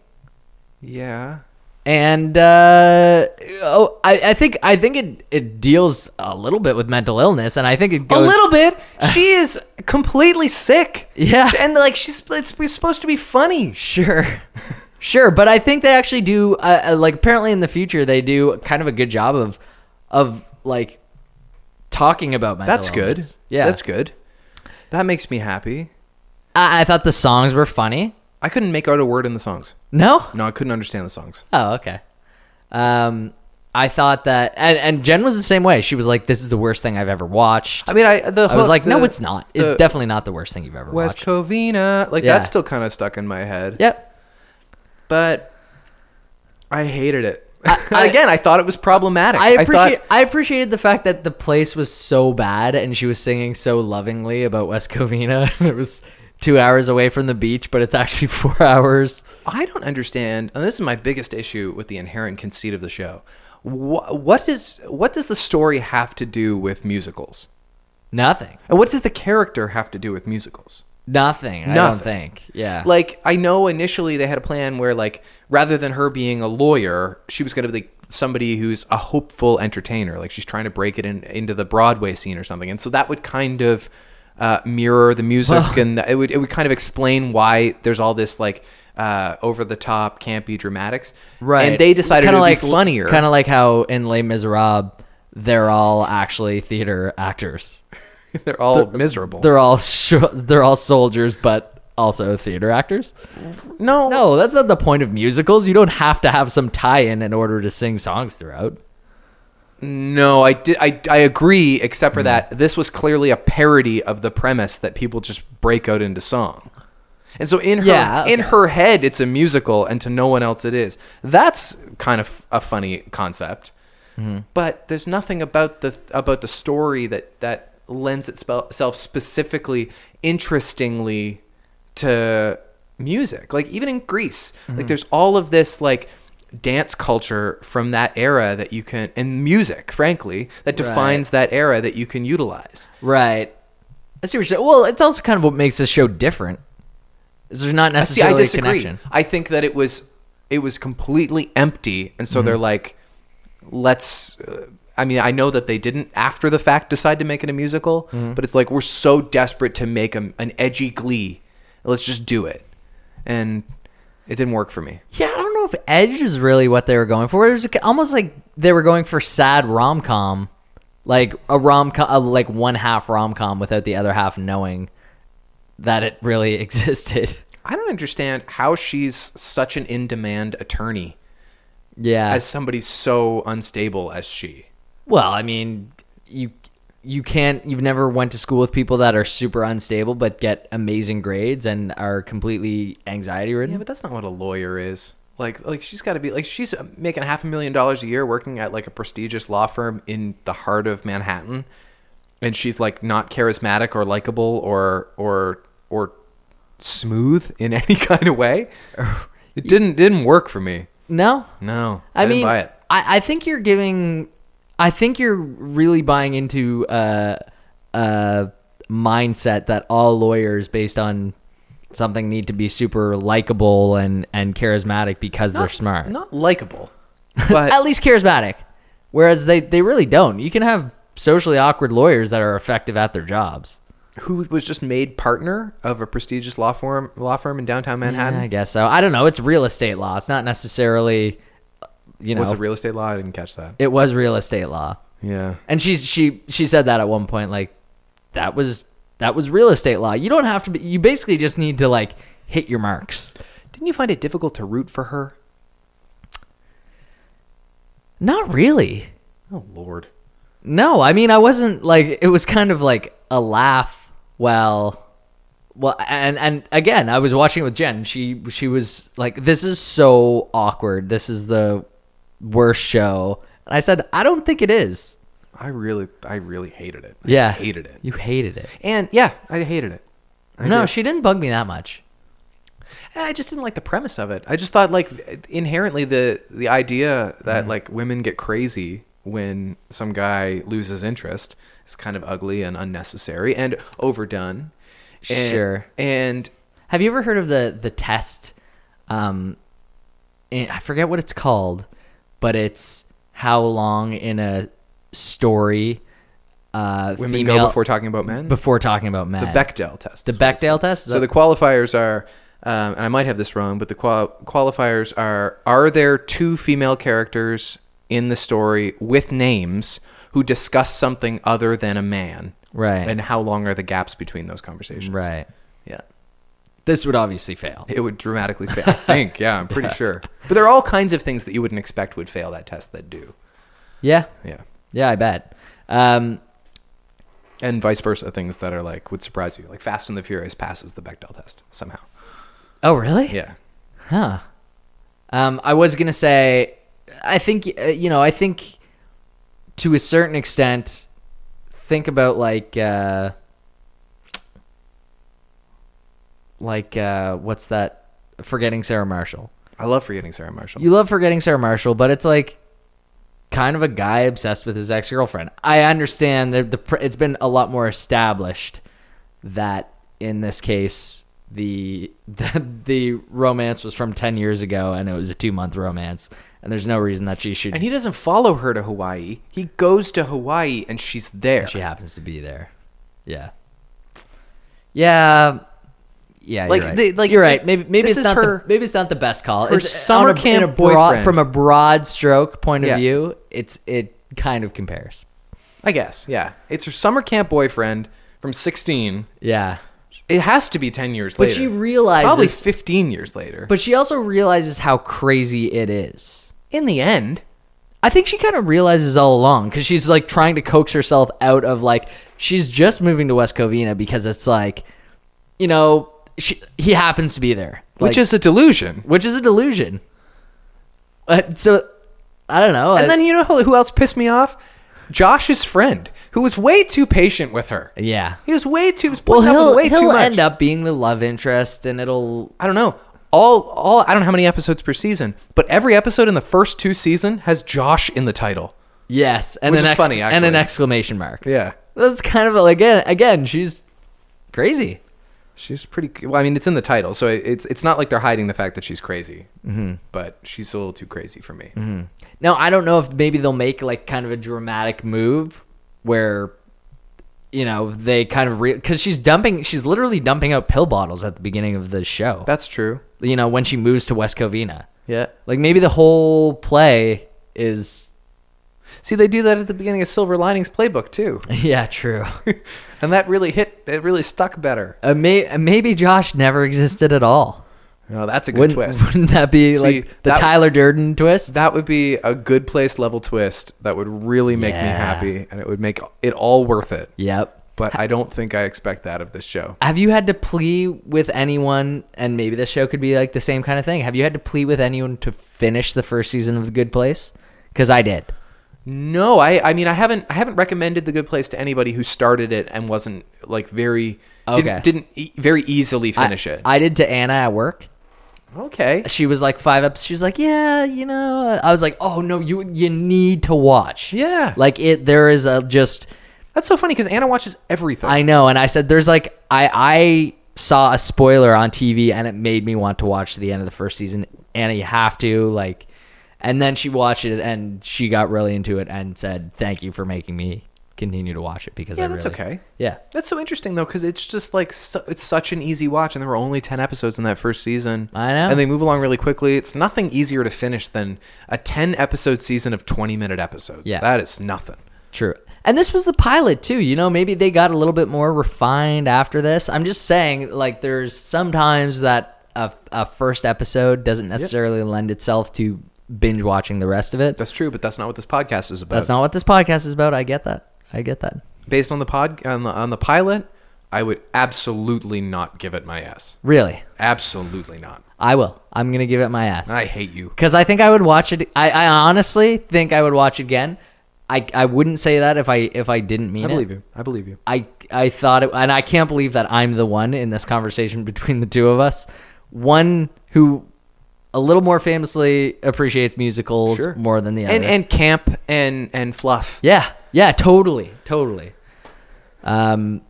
Speaker 1: yeah.
Speaker 2: and uh, oh, I, I think I think it, it deals a little bit with mental illness, and I think it
Speaker 1: A
Speaker 2: goes
Speaker 1: little
Speaker 2: *laughs*
Speaker 1: bit. She is completely sick.
Speaker 2: Yeah.
Speaker 1: And like she's it's, it's supposed to be funny.
Speaker 2: Sure. *laughs* Sure, but I think they actually do uh, uh, like apparently in the future they do kind of a good job of of like talking about mental
Speaker 1: That's good.
Speaker 2: illness. Yeah.
Speaker 1: That's good. That makes me happy.
Speaker 2: I, I thought the songs were funny.
Speaker 1: I couldn't make out a word in the songs.
Speaker 2: No?
Speaker 1: No, I couldn't understand the songs.
Speaker 2: Oh, okay. Um I thought that and and Jen was the same way. She was like this is the worst thing I've ever watched.
Speaker 1: I mean, I the
Speaker 2: I was
Speaker 1: hook-
Speaker 2: like no
Speaker 1: the-
Speaker 2: it's not. It's
Speaker 1: the
Speaker 2: definitely not the worst thing you've ever
Speaker 1: West
Speaker 2: watched.
Speaker 1: Covina. Like
Speaker 2: Yeah.
Speaker 1: that's still kind of stuck in my head.
Speaker 2: Yep.
Speaker 1: But I hated it. *laughs*
Speaker 2: I-
Speaker 1: Again, I thought it was problematic.
Speaker 2: I appreciate I,
Speaker 1: thought,
Speaker 2: appreciated the fact that the place was so bad and she was singing so lovingly about West Covina. *laughs* it was two hours away from the beach, but it's actually *laughs* four hours.
Speaker 1: I don't understand, and this is my biggest issue with the inherent conceit of the show. Wh- what does what does the story have to do with musicals?
Speaker 2: Nothing.
Speaker 1: And what does the character have to do with musicals?
Speaker 2: Nothing. I don't
Speaker 1: Nothing.
Speaker 2: think. Yeah.
Speaker 1: Like I know initially they had a plan where like rather than her being a lawyer, she was going to be like somebody who's a hopeful entertainer, like she's trying to break it in, into the Broadway scene or something. And so that would kind of uh, mirror the music and it would it would kind of explain why there's all this like uh, over the top campy dramatics. And they decided
Speaker 2: kinda
Speaker 1: it would
Speaker 2: like,
Speaker 1: be funnier.
Speaker 2: Kind of like how in Les Miserables they're all actually theater actors.
Speaker 1: *laughs* They're all miserable.
Speaker 2: They're all sh- they're all soldiers but also theater actors.
Speaker 1: no.
Speaker 2: No, that's not the point of musicals. You don't have to have some tie-in in order to sing songs throughout.
Speaker 1: No, I did. I, I agree, except
Speaker 2: Hmm.
Speaker 1: for that this was clearly a parody of the premise that people just break out into song, and so in her
Speaker 2: Yeah,
Speaker 1: in
Speaker 2: okay.
Speaker 1: her head it's a musical, and to no one else it is. That's kind of a funny concept, but there's nothing about the about the story that that lends itself specifically interestingly to music. Like even in Greece, like there's all of this like dance culture from that era that you can and music, frankly, that defines that era that you can utilize.
Speaker 2: Right. I see what you're saying. Well, it's also kind of what makes this show different. Is there's not
Speaker 1: See, I
Speaker 2: necessarily a
Speaker 1: disagree.
Speaker 2: connection.
Speaker 1: I think that it was it was completely empty, and so
Speaker 2: Mm-hmm.
Speaker 1: they're like, let's. Uh, I mean, I know that they didn't after the fact decide to make it a musical,
Speaker 2: Mm-hmm.
Speaker 1: but it's like we're so desperate to make a, an edgy Glee, let's just do it, and it didn't work for me.
Speaker 2: Yeah, I don't know if Edge is really what they were going for. It was like- almost like they were going for sad rom com, like a rom com, like one half rom com without the other half knowing that it really *laughs* existed.
Speaker 1: I don't understand how she's such an in-demand attorney
Speaker 2: Yeah.
Speaker 1: as somebody so unstable as she.
Speaker 2: well, I mean, you you can't you've never went to school with people that are super unstable but get amazing grades and are completely anxiety ridden.
Speaker 1: Yeah, but that's not what a lawyer is. Like, like she's got to be like she's making half a million dollars a year working at like a prestigious law firm in the heart of Manhattan, and she's like not charismatic or likable or or or smooth in *laughs* any kind of way. It didn't didn't work for me.
Speaker 2: no.
Speaker 1: No,
Speaker 2: I,
Speaker 1: didn't
Speaker 2: mean,
Speaker 1: buy it.
Speaker 2: I, I think you're giving, I think you're really buying into a, a mindset that all lawyers, based on something, need to be super likable and and charismatic because they're smart.
Speaker 1: not *laughs* likable, but
Speaker 2: At least charismatic, whereas they they really don't. You can have socially awkward lawyers that are effective at their jobs.
Speaker 1: who was just made partner of a prestigious law firm law firm in downtown Manhattan.
Speaker 2: I guess so. I don't know. It's real estate law. It's not necessarily, you know,
Speaker 1: Was it real estate law? I didn't catch that.
Speaker 2: it was real estate law.
Speaker 1: Yeah.
Speaker 2: And she's she she said that at one point, like that was that was real estate law. You don't have to be. You basically just need to like hit your marks.
Speaker 1: Didn't you find it difficult to root for her?
Speaker 2: Not really.
Speaker 1: Oh Lord.
Speaker 2: No, I mean I wasn't like it was kind of like a laugh. Well, well, and and again, I was watching it with Jen. She she was like, "This is so awkward. This is the worst show." And I said, "I don't think it is."
Speaker 1: I really, I really hated it. I
Speaker 2: Yeah,
Speaker 1: hated it.
Speaker 2: You hated it.
Speaker 1: And yeah, I hated it. I
Speaker 2: no,
Speaker 1: did.
Speaker 2: she didn't bug me that much.
Speaker 1: And I just didn't like the premise of it. I just thought like inherently the the idea that
Speaker 2: Mm-hmm.
Speaker 1: like women get crazy when some guy loses interest is kind of ugly and unnecessary and overdone. And-
Speaker 2: Sure.
Speaker 1: And
Speaker 2: Have you ever heard of the the test? Um, eh, I forget what it's called, but it's how long in a story uh,
Speaker 1: women
Speaker 2: female
Speaker 1: go before talking about men.
Speaker 2: before talking about men.
Speaker 1: the Bechdel test.
Speaker 2: The
Speaker 1: is what it's
Speaker 2: Bechdel test.
Speaker 1: So the qualifiers are, um, and I might have this wrong, but the qual- qualifiers are: Are there two female characters in the story with names who discuss something other than a man?
Speaker 2: Right.
Speaker 1: And how long are the gaps between those conversations?
Speaker 2: *laughs* right.
Speaker 1: Yeah.
Speaker 2: This would obviously fail.
Speaker 1: It would dramatically fail. I think. Yeah, I'm
Speaker 2: *laughs*
Speaker 1: pretty sure. But there are all kinds of things that you wouldn't expect would fail that test that do.
Speaker 2: Yeah.
Speaker 1: Yeah.
Speaker 2: Yeah, I bet. Um,
Speaker 1: And vice versa, things that are like would surprise you, like Fast and the Furious passes the Bechdel test somehow.
Speaker 2: oh, really?
Speaker 1: Yeah.
Speaker 2: Huh. Um, I was gonna say, I think uh, you know, I think to a certain extent, think about like, uh, like uh, what's that? Forgetting Sarah Marshall.
Speaker 1: I love forgetting Sarah Marshall.
Speaker 2: You love forgetting Sarah Marshall, but it's like kind of a guy obsessed with his ex girlfriend. I understand that the pr- it's been a lot more established that in this case the *laughs* the, the romance was from ten years ago and it was a two month romance and there's no reason that she should.
Speaker 1: And he doesn't follow her to Hawaii. He goes to Hawaii and she's there.
Speaker 2: she happens to be there. Yeah. Yeah. Yeah,
Speaker 1: Like,
Speaker 2: you're right.
Speaker 1: they- like,
Speaker 2: you're
Speaker 1: they-
Speaker 2: right. Maybe maybe
Speaker 1: this
Speaker 2: it's
Speaker 1: is
Speaker 2: not
Speaker 1: her-
Speaker 2: the, maybe it's not the best call.
Speaker 1: her
Speaker 2: it's
Speaker 1: summer
Speaker 2: on a- in
Speaker 1: camp
Speaker 2: a broad,
Speaker 1: boyfriend.
Speaker 2: from a broad stroke point of
Speaker 1: Yeah.
Speaker 2: view. It's it kind of compares.
Speaker 1: I guess. Yeah. It's her summer camp boyfriend from 16.
Speaker 2: Yeah,
Speaker 1: It has to be 10 years
Speaker 2: but
Speaker 1: later.
Speaker 2: she
Speaker 1: Probably
Speaker 2: realizes.
Speaker 1: 15 years later. But
Speaker 2: But she also realizes how crazy it is.
Speaker 1: in the end,
Speaker 2: I think she kind of realizes all along because she's like trying to coax herself out of like she's just moving to West Covina because it's like, you know, she, he happens to be there,
Speaker 1: which
Speaker 2: Like-
Speaker 1: is a delusion.
Speaker 2: which is a delusion. Uh, so I don't know.
Speaker 1: And then you know who who else pissed me off? Josh's friend, who was way too patient with her.
Speaker 2: yeah.
Speaker 1: He was way too. he Was
Speaker 2: Well,
Speaker 1: putting up with
Speaker 2: he'll
Speaker 1: way too
Speaker 2: he'll
Speaker 1: much.
Speaker 2: end up being the love interest, and it'll
Speaker 1: I don't know. all all I don't know how many episodes per season, but every episode in the first two season has Josh in the title.
Speaker 2: Yes, and
Speaker 1: Which
Speaker 2: an
Speaker 1: is
Speaker 2: ex-
Speaker 1: funny,
Speaker 2: and an
Speaker 1: actually.
Speaker 2: exclamation mark.
Speaker 1: Yeah.
Speaker 2: That's kind of a, again again she's crazy.
Speaker 1: She's pretty. c- Well, I mean, it's in the title, so it- it's it's not like they're hiding the fact that she's crazy. Mm-hmm. But she's a little too crazy for me.
Speaker 2: Now I don't know if maybe they'll make like kind of a dramatic move where you know they kind of because she's dumping she's literally dumping out pill bottles at the beginning of the show.
Speaker 1: That's true.
Speaker 2: you know when she moves to West Covina.
Speaker 1: Yeah.
Speaker 2: Like maybe the whole play is
Speaker 1: See, they do that at the beginning of Silver Linings Playbook too,
Speaker 2: *laughs* yeah true.
Speaker 1: and that really hit. It really stuck better.
Speaker 2: uh, may, maybe Josh never existed at all.
Speaker 1: No, that's a good
Speaker 2: Wouldn't,
Speaker 1: twist.
Speaker 2: *laughs* wouldn't that be
Speaker 1: See,
Speaker 2: like the
Speaker 1: that-
Speaker 2: Tyler Durden twist?
Speaker 1: That would be a good place level twist. That would really make me
Speaker 2: Yeah.
Speaker 1: happy, and it would make it all worth it.
Speaker 2: yep.
Speaker 1: But I don't think I expect that of this show.
Speaker 2: Have you had to plea with anyone, and maybe the show could be like the same kind of thing? Have you had to plea with anyone to finish the first season of The Good Place? Because I did.
Speaker 1: No, I I mean I haven't I haven't recommended The Good Place to anybody who started it and wasn't like very
Speaker 2: Okay.
Speaker 1: didn't, didn't e- very easily finish
Speaker 2: I,
Speaker 1: it.
Speaker 2: I did to Anna at work.
Speaker 1: okay.
Speaker 2: She was like five up. She was like, "Yeah, you know." I was like, "Oh no, you you need to watch."
Speaker 1: Yeah.
Speaker 2: like it. There is a just.
Speaker 1: That's so funny cuz Anna watches everything.
Speaker 2: I know, and I said, "There's like I I saw a spoiler on TV, and it made me want to watch the end of the first season." Anna, you have to like, and then she watched it, and she got really into it, and said, "Thank you for making me continue to watch it because
Speaker 1: yeah,
Speaker 2: I
Speaker 1: that's
Speaker 2: really,
Speaker 1: okay.
Speaker 2: yeah."
Speaker 1: That's so interesting though cuz it's just like su it's such an easy watch and there were only 10 episodes in that first season.
Speaker 2: I know.
Speaker 1: And they move along really quickly. It's nothing easier to finish than a 10 episode season of 20 minute episodes.
Speaker 2: Yeah.
Speaker 1: That is nothing.
Speaker 2: True. And this was the pilot too, you know, maybe they got a little bit more refined after this. I'm just saying like there's sometimes that a, a first episode doesn't necessarily lend itself to binge watching the rest of it.
Speaker 1: That's true, but that's not what this podcast is about.
Speaker 2: That's not what this podcast is about. I get that. I get that.
Speaker 1: Based on the pod on the, on the pilot, I would absolutely not give it my ass.
Speaker 2: Really.
Speaker 1: Absolutely not.
Speaker 2: I will. I'm going to give it my ass.
Speaker 1: I hate you.
Speaker 2: Cuz I think I would watch it I, I honestly think I would watch it again. I, I wouldn't say that if I if I didn't mean
Speaker 1: I
Speaker 2: it.
Speaker 1: believe you. I believe you.
Speaker 2: I I thought it, and I can't believe that I'm the one in this conversation *laughs* between the two of us, one who a little more famously appreciates musicals
Speaker 1: Sure.
Speaker 2: more than the other.
Speaker 1: And and camp and and fluff.
Speaker 2: yeah, yeah, totally, totally. Um,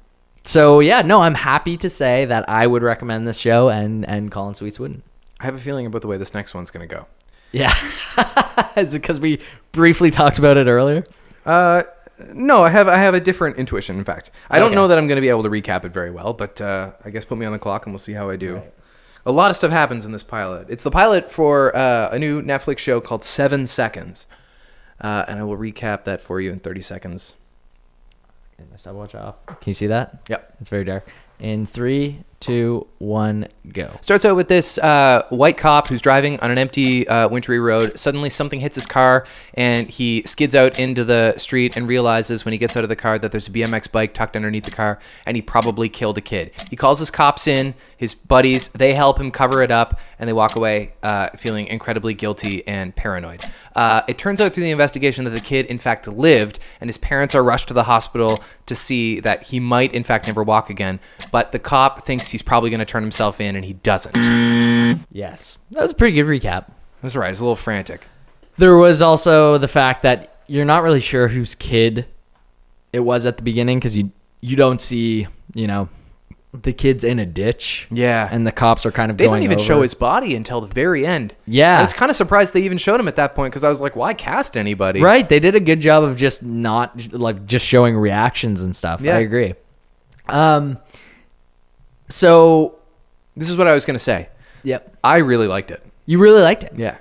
Speaker 2: so yeah, no, I'm happy to say that I would recommend this show, and and Colin Sweets wouldn't.
Speaker 1: I have a feeling about the way this next one's going to go.
Speaker 2: Yeah, *laughs* is it because we briefly talked about it earlier?
Speaker 1: Uh, no, I have I have a different intuition. In fact, I don't
Speaker 2: Okay.
Speaker 1: know that I'm going to be able to recap it very well, but uh, I guess put me on the clock and we'll see how I do. A lot of stuff happens in this pilot. It's the pilot for uh, a new Netflix show called Seven Seconds, uh, and I will recap that for you in 30 seconds.
Speaker 2: Get my stopwatch off. Can you see that?
Speaker 1: Yep.
Speaker 2: it's very dark. In three, two, one, go.
Speaker 1: Starts out with this uh, white cop who's driving on an empty, uh, wintry road. Suddenly, something hits his car, and he skids out into the street and realizes when he gets out of the car that there's a BMX bike tucked underneath the car, and he probably killed a kid. He calls his cops in, his buddies, they help him cover it up, and they walk away uh, feeling incredibly guilty and paranoid. Uh, it turns out through the investigation that the kid, in fact, lived, and his parents are rushed to the hospital to see that he might, in fact, never walk again. But the cop thinks he's probably going to turn himself in, and he doesn't.
Speaker 2: Yes, that was a pretty good recap.
Speaker 1: That's right. It's a little frantic.
Speaker 2: There was also the fact that you're not really sure whose kid it was at the beginning because you you don't see you know the kids in a ditch.
Speaker 1: Yeah.
Speaker 2: and the cops are kind of
Speaker 1: They
Speaker 2: going
Speaker 1: don't even
Speaker 2: over.
Speaker 1: show his body until the very end.
Speaker 2: Yeah.
Speaker 1: I was kind of surprised they even showed him at that point because I was like, why cast anybody?
Speaker 2: right. They did a good job of just not like just showing reactions and stuff.
Speaker 1: Yeah.
Speaker 2: I agree. Um. So
Speaker 1: This is what I was going to say.
Speaker 2: yep,
Speaker 1: I really liked it.
Speaker 2: you really liked it.
Speaker 1: Yeah.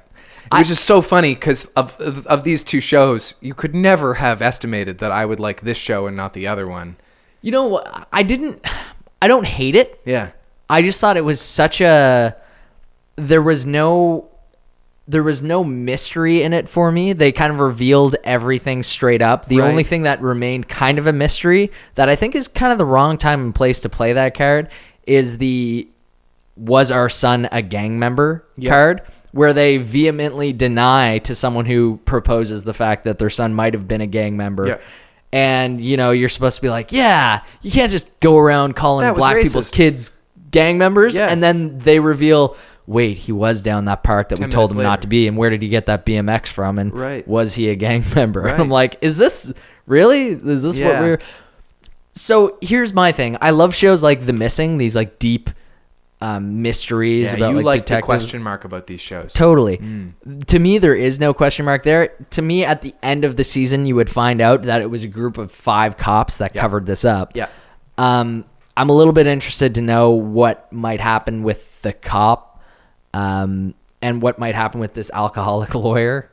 Speaker 1: It was just so funny because of, of of these two shows, you could never have estimated that I would like this show and not the other one.
Speaker 2: You know what? I didn't. I don't hate it.
Speaker 1: Yeah,
Speaker 2: I just thought it was such a there was no there was no mystery in it for me. They kind of revealed everything straight up. The
Speaker 1: Right.
Speaker 2: only thing that remained kind of a mystery that I think is kind of the wrong time and place to play that card is the was our son a gang member card where they vehemently deny to someone who proposes the fact that their son might have been a gang member.
Speaker 1: Yeah.
Speaker 2: And you know, you're supposed to be like, "Yeah, you can't just go around calling
Speaker 1: That was
Speaker 2: black people's
Speaker 1: racist.
Speaker 2: kids kids gang members
Speaker 1: Yeah.
Speaker 2: and then they reveal wait, he was down that park that we
Speaker 1: 10
Speaker 2: told him
Speaker 1: minutes
Speaker 2: not
Speaker 1: later.
Speaker 2: to be, and where did he get that BMX from? And
Speaker 1: Right.
Speaker 2: was he a gang *laughs* member? And I'm
Speaker 1: Right.
Speaker 2: like, is this really? Is this what
Speaker 1: Yeah.
Speaker 2: we're? So here's my thing. I love shows like The Missing, these like deep um, mysteries
Speaker 1: Yeah,
Speaker 2: about
Speaker 1: you
Speaker 2: like,
Speaker 1: like the
Speaker 2: detectives.
Speaker 1: question mark about these shows.
Speaker 2: Totally.
Speaker 1: Mm.
Speaker 2: To me, there is no question mark there. To me, at the end of the season, you would find out that it was a group of five cops that covered this up.
Speaker 1: Yeah.
Speaker 2: Um, I'm a little bit interested to know what might happen with the cop, um, and what might happen with this alcoholic *laughs* lawyer,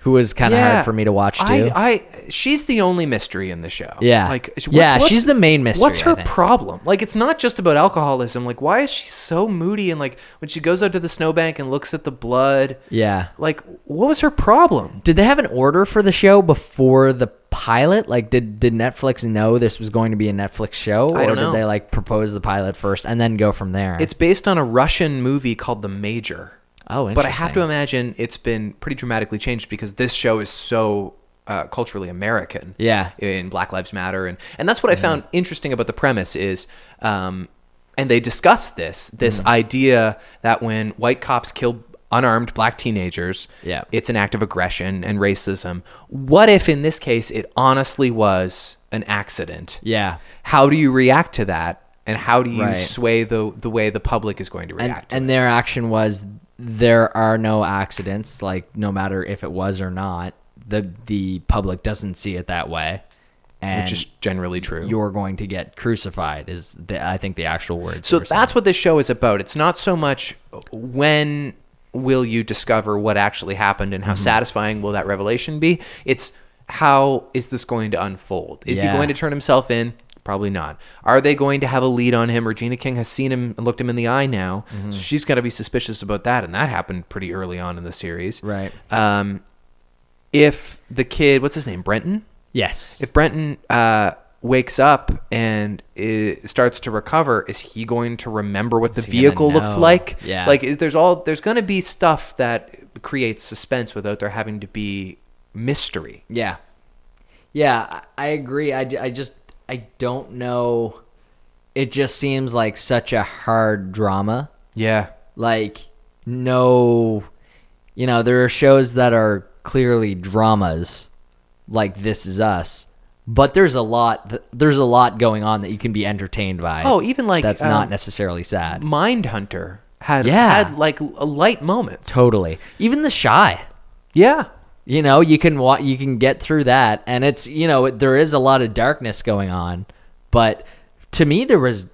Speaker 2: who was kind of hard for me to watch too.
Speaker 1: I, I she's the only mystery in the show.
Speaker 2: Yeah.
Speaker 1: like what's-
Speaker 2: Yeah,
Speaker 1: what's-
Speaker 2: she's the main mystery,
Speaker 1: What's
Speaker 2: I
Speaker 1: her
Speaker 2: think.
Speaker 1: problem? Like, it's not just about alcoholism. Like, why is she so moody? And like, when she goes out to the snowbank and looks at the blood,
Speaker 2: yeah.
Speaker 1: like, what was her problem?
Speaker 2: Did they have an order for the show before the pilot? Like, did did Netflix know this was going to be a Netflix show,
Speaker 1: I don't
Speaker 2: or
Speaker 1: know.
Speaker 2: did they like propose the pilot first and then go from there?
Speaker 1: It's based on a Russian movie called The Major.
Speaker 2: Oh,
Speaker 1: But I have to
Speaker 2: interesting.
Speaker 1: imagine it's been pretty dramatically changed because this show is so uh, culturally American.
Speaker 2: Yeah.
Speaker 1: In Black Lives Matter, and and that's what I found interesting about the premise is, um, and they discuss this this
Speaker 2: Mm-hmm.
Speaker 1: idea that when white cops kill unarmed black teenagers,
Speaker 2: Yeah.
Speaker 1: it's an act of aggression and racism. What if in this case it honestly was an accident?
Speaker 2: yeah.
Speaker 1: how do you react to that and how do you
Speaker 2: Right.
Speaker 1: sway the the way the public is going to
Speaker 2: and,
Speaker 1: react
Speaker 2: and their action was there are no accidents like no matter if it was or not the the public doesn't see it that
Speaker 1: to it,
Speaker 2: way and
Speaker 1: which is generally true
Speaker 2: you're going to get crucified is the, i think the actual word
Speaker 1: so
Speaker 2: you were saying.
Speaker 1: that's what this show is about it's not so much uh, when will you discover what actually happened
Speaker 2: Mm-hmm.
Speaker 1: and how satisfying will that revelation be it's how is this going to unfold is
Speaker 2: Yeah.
Speaker 1: he going to turn himself in probably not are they going to have a lead on him regina king has seen him and looked him in the eye now
Speaker 2: Mm-hmm.
Speaker 1: so she's got to be suspicious about that and that happened pretty early on in the series
Speaker 2: right
Speaker 1: um, if the kid, what's his name, Brenton?
Speaker 2: yes
Speaker 1: If Brenton uh, wakes up and i starts to recover, is he going to remember what the
Speaker 2: he gonna
Speaker 1: vehicle looked
Speaker 2: know?
Speaker 1: like?
Speaker 2: Yeah.
Speaker 1: Like, is there's all there's going to be stuff that creates suspense without there having to be mystery.
Speaker 2: Yeah. Yeah, I I agree. I, d- I just, I don't know. It just seems like such a hard drama.
Speaker 1: Yeah.
Speaker 2: Like, no, you know, there are shows that are clearly dramas, like This Is Us. But there's a lot. th- There's a lot going on that you can be entertained by.
Speaker 1: Oh, even like
Speaker 2: that's
Speaker 1: um,
Speaker 2: not necessarily sad.
Speaker 1: Mindhunter had
Speaker 2: Yeah.
Speaker 1: had like l- light moments.
Speaker 2: Totally. Even the shy.
Speaker 1: yeah.
Speaker 2: you know you can wa- you can get through that and it's you know it- there is a lot of darkness going on but to me there was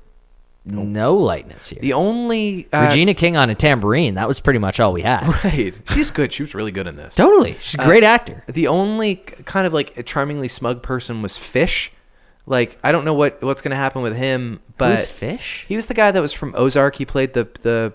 Speaker 2: no lightness here
Speaker 1: The only uh,
Speaker 2: regina king on a tambourine that was pretty much all we
Speaker 1: *laughs*
Speaker 2: had Uh,
Speaker 1: Right. She's good. She was really good in this.
Speaker 2: *laughs* totally she's a great actor
Speaker 1: The only k- kind of like charmingly smug person was Fish. Like I don't know what what's gonna happen with him, but
Speaker 2: Who's Fish?
Speaker 1: He was the guy that was from Ozark. He played the the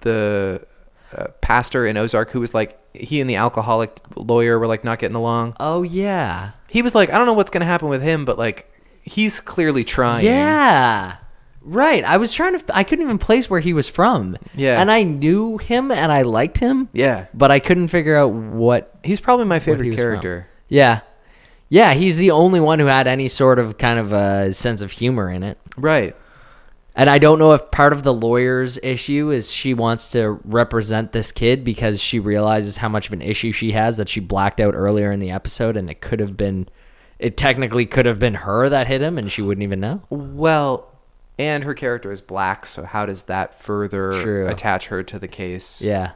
Speaker 1: the uh, pastor in Ozark who was like he and the alcoholic lawyer were like not getting along.
Speaker 2: oh yeah
Speaker 1: He was like I don't know what's gonna happen with him, but like he's clearly trying.
Speaker 2: yeah right i was trying to i couldn't even place where he was from
Speaker 1: Yeah.
Speaker 2: and i knew him and i liked him
Speaker 1: yeah.
Speaker 2: but i couldn't figure out what
Speaker 1: He's probably my
Speaker 2: where he
Speaker 1: favorite
Speaker 2: was from.
Speaker 1: character.
Speaker 2: Yeah. Yeah, he's the only one who had any sort of kind of a sense of humor in it.
Speaker 1: Right.
Speaker 2: And I don't know if part of the lawyer's issue is she wants to represent this kid because she realizes how much of an issue she has that she blacked out earlier in the episode and it could have been it technically could have been her that hit him and she wouldn't even know.
Speaker 1: Well, and her character is black, so how does that further
Speaker 2: True.
Speaker 1: attach her to the case?
Speaker 2: Yeah.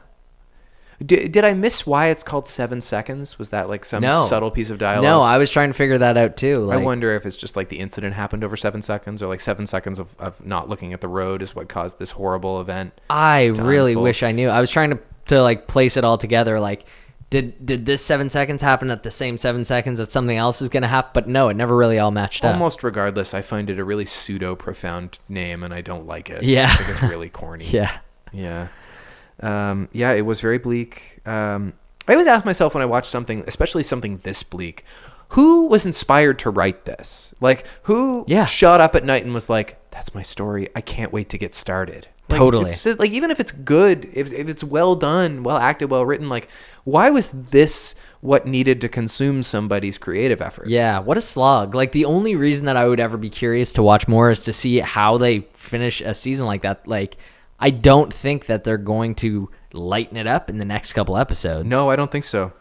Speaker 1: Did, did I miss why it's called Seven Seconds? Was that like some
Speaker 2: No.
Speaker 1: subtle piece of dialogue?
Speaker 2: No, I was trying to figure that out too.
Speaker 1: I
Speaker 2: Like,
Speaker 1: wonder if it's just like the incident happened over seven seconds, or like seven seconds of, of not looking at the road is what caused this horrible event.
Speaker 2: I really
Speaker 1: unfold.
Speaker 2: wish I knew. I was trying to to like place it all together. Like, did did this seven seconds happen at the same seven seconds that something else is gonna happen? But no, it never really all matched up.
Speaker 1: Almost regardless, I find it a really pseudo profound name, and I don't like it.
Speaker 2: Yeah.
Speaker 1: I think it's really corny.
Speaker 2: *laughs* Yeah,
Speaker 1: Yeah. Um, yeah, it was very bleak. Um, I always ask myself when I watch something, especially something this bleak, who was inspired to write this? Like, who
Speaker 2: Yeah.
Speaker 1: shot up at night and was like, that's my story. I can't wait to get started. Like,
Speaker 2: Totally.
Speaker 1: It's just, like, even if it's good, if, if it's well done, well acted, well written, like, why was this what needed to consume somebody's creative efforts?
Speaker 2: yeah. What a slog! Like the only reason that I would ever be curious to watch more is to see how they finish a season like that. Like. I don't think that they're going to lighten it up in the next couple episodes.
Speaker 1: No, I don't think so.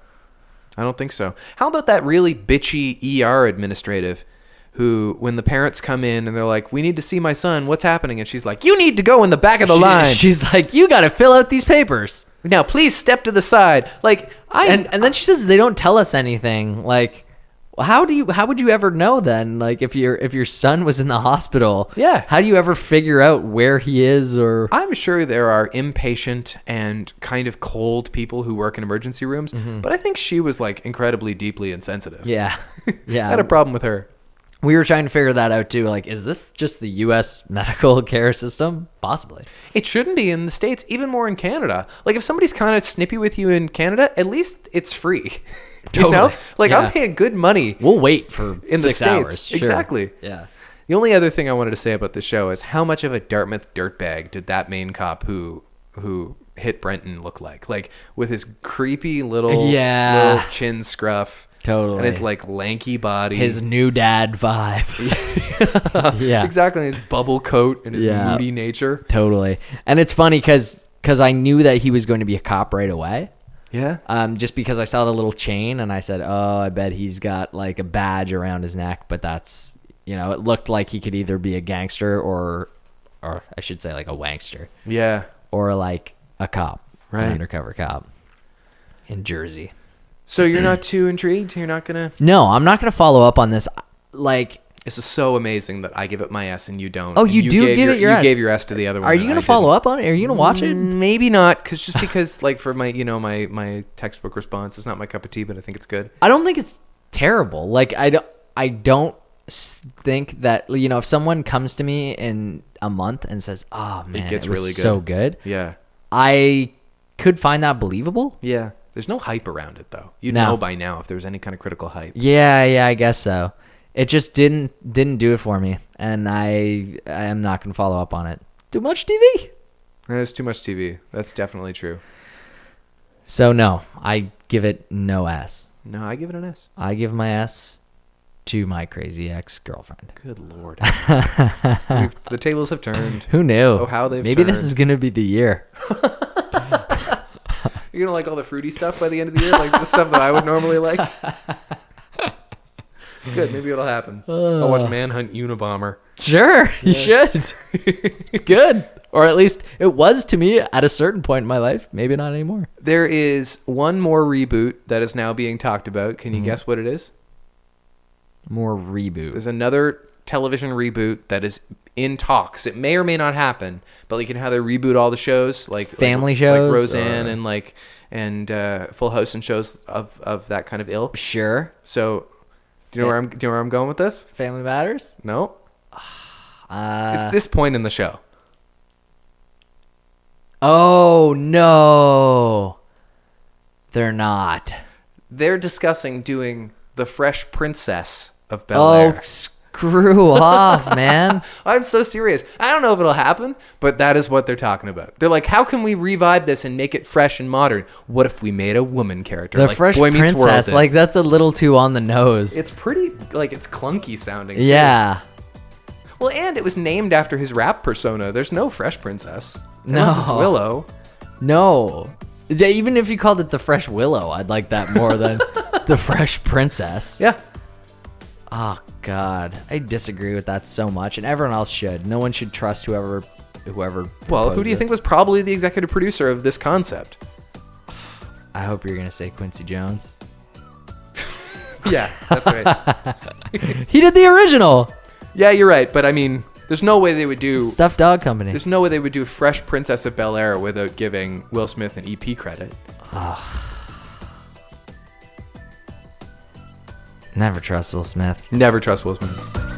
Speaker 1: I don't think so. How about that really bitchy ER administrative who, when the parents come in and they're like, we need to see my son, what's happening? And she's like, you need to go in the back of the
Speaker 2: She-
Speaker 1: line.
Speaker 2: She's like, you got to fill out these papers,
Speaker 1: now, please step to the side. Like, I.
Speaker 2: and and then she says they don't tell us anything. Like, well, how do you? How would you ever know then? Like, if your if your son was in the hospital,
Speaker 1: Yeah.
Speaker 2: How do you ever figure out where he is or?
Speaker 1: I'm sure there are impatient and kind of cold people who work in emergency rooms, but I think she was like incredibly deeply insensitive.
Speaker 2: Mm-hmm.
Speaker 1: *laughs*
Speaker 2: yeah, yeah.
Speaker 1: I had a problem with her.
Speaker 2: we were trying to figure that out too. Like, is this just the U.S. medical *laughs* care system? Possibly.
Speaker 1: It shouldn't be in the States, even more in Canada. Like, if somebody's kind of snippy with you in Canada, at least it's free. *laughs* You know?
Speaker 2: Totally.
Speaker 1: Like,
Speaker 2: Yeah.
Speaker 1: I'm paying good money.
Speaker 2: We'll wait for
Speaker 1: In the
Speaker 2: six
Speaker 1: States.
Speaker 2: hours. Sure.
Speaker 1: Exactly.
Speaker 2: Yeah.
Speaker 1: The only other thing I wanted to say about this show is how much of a Dartmouth dirtbag did that main cop who who hit Brenton look like? Like with his creepy little
Speaker 2: Yeah.
Speaker 1: little chin scruff.
Speaker 2: Totally.
Speaker 1: And his like lanky body. *laughs*
Speaker 2: His new dad vibe. yeah.
Speaker 1: Exactly. His bubble coat and his
Speaker 2: Yeah.
Speaker 1: moody nature.
Speaker 2: *laughs* Totally. And it's funny because I knew that he was going to be a cop right away.
Speaker 1: Yeah.
Speaker 2: Um, just because I saw the little chain and I said, "Oh, I bet he's got like a badge around his neck." But that's you know, it looked like he could either be a gangster or, or I should say, like a wankster.
Speaker 1: Yeah.
Speaker 2: or like a cop,
Speaker 1: Right.
Speaker 2: an undercover cop in Jersey.
Speaker 1: So you're not too intrigued? You're not gonna
Speaker 2: No, I'm not gonna follow up on this. Like,
Speaker 1: This is so amazing that I give it my S and you don't.
Speaker 2: Oh,
Speaker 1: And
Speaker 2: you do
Speaker 1: gave
Speaker 2: give it your
Speaker 1: you
Speaker 2: S.
Speaker 1: gave your S to the other one.
Speaker 2: are you gonna follow up on it? Are you gonna watch it?
Speaker 1: Maybe not, because just because like for my you know my my textbook response is not my cup of tea, but I think it's good.
Speaker 2: I don't think it's terrible. Like, I don't, I don't s- think that you know if someone comes to me in a month and says, "Oh man, it
Speaker 1: gets
Speaker 2: was
Speaker 1: really good."
Speaker 2: so good,"
Speaker 1: Yeah,
Speaker 2: I could find that believable.
Speaker 1: yeah. There's no hype around it though. You
Speaker 2: No.
Speaker 1: know by now if there's any kind of critical hype.
Speaker 2: Yeah, yeah, I guess so. It just didn't didn't do it for me, and I I am not gonna follow up on it. Too much TV.
Speaker 1: There's too much TV. That's definitely true.
Speaker 2: So no, I give it no S.
Speaker 1: No, I give it an S.
Speaker 2: I give my S to my crazy ex girlfriend.
Speaker 1: Good
Speaker 2: *laughs*
Speaker 1: lord. We've- the tables have turned.
Speaker 2: Who knew?
Speaker 1: Oh, how they've
Speaker 2: maybe this
Speaker 1: turned.
Speaker 2: is gonna be the year.
Speaker 1: You're gonna like all the fruity stuff by the end of the year, like the stuff that I would normally
Speaker 2: *laughs*
Speaker 1: like. Good, maybe it'll happen. I'll
Speaker 2: Uh.
Speaker 1: watch Manhunt Unabomber.
Speaker 2: *laughs* Sure, you should. *laughs* it's good, or at least it was to me at a certain point in my life. Maybe not anymore.
Speaker 1: There is one more reboot that is now being talked about. Can you
Speaker 2: Mm-hmm.
Speaker 1: guess what it is?
Speaker 2: More reboot.
Speaker 1: There's another television reboot that is in talks. It may or may not happen, but like you know how they reboot all the shows, like like-
Speaker 2: Family
Speaker 1: like,
Speaker 2: shows, uh,
Speaker 1: Roseanne,
Speaker 2: or-
Speaker 1: and like and uh, Full House and shows of of that kind of ilk.
Speaker 2: Sure,
Speaker 1: So, do you know where I'm do you know where I'm going with this?
Speaker 2: Family Matters.
Speaker 1: No,
Speaker 2: *sighs* Uh,
Speaker 1: it's this point in the show.
Speaker 2: oh no, they're not.
Speaker 1: They're discussing doing the Fresh Princess of Bel Air.
Speaker 2: Oh,
Speaker 1: *laughs*
Speaker 2: screw off, man.
Speaker 1: I'm so serious. I don't know if it'll happen, but that is what they're talking about. They're like, how can we revive this and make it fresh and modern? What if we made a woman character?
Speaker 2: The
Speaker 1: like
Speaker 2: Fresh
Speaker 1: Boy Meets World
Speaker 2: Princess,
Speaker 1: did?
Speaker 2: like that's a little too on the nose.
Speaker 1: it's pretty like it's clunky sounding. too.
Speaker 2: yeah.
Speaker 1: Well, and it was named after his rap persona. There's no Fresh Princess. Unless it's
Speaker 2: No.
Speaker 1: Willow.
Speaker 2: No. Yeah, even if you called it the Fresh Willow, I'd like that
Speaker 1: *laughs*
Speaker 2: more than the Fresh Princess.
Speaker 1: Yeah.
Speaker 2: Oh God, I disagree with that so much, and everyone else should. No one should trust whoever, whoever.
Speaker 1: Well, who
Speaker 2: proposed
Speaker 1: do you
Speaker 2: this.
Speaker 1: think was probably the executive producer of this
Speaker 2: *laughs*
Speaker 1: concept?
Speaker 2: I hope you're gonna say Quincy Jones.
Speaker 1: Yeah, that's right.
Speaker 2: He did the original
Speaker 1: yeah, you're right. But I mean, there's no way they would do.
Speaker 2: Stuffed Dog Company.
Speaker 1: There's no way they would do Fresh Princess of Bel Air without giving Will Smith an EP credit.
Speaker 2: Never trust Will Smith.
Speaker 1: Never trust Will Smith.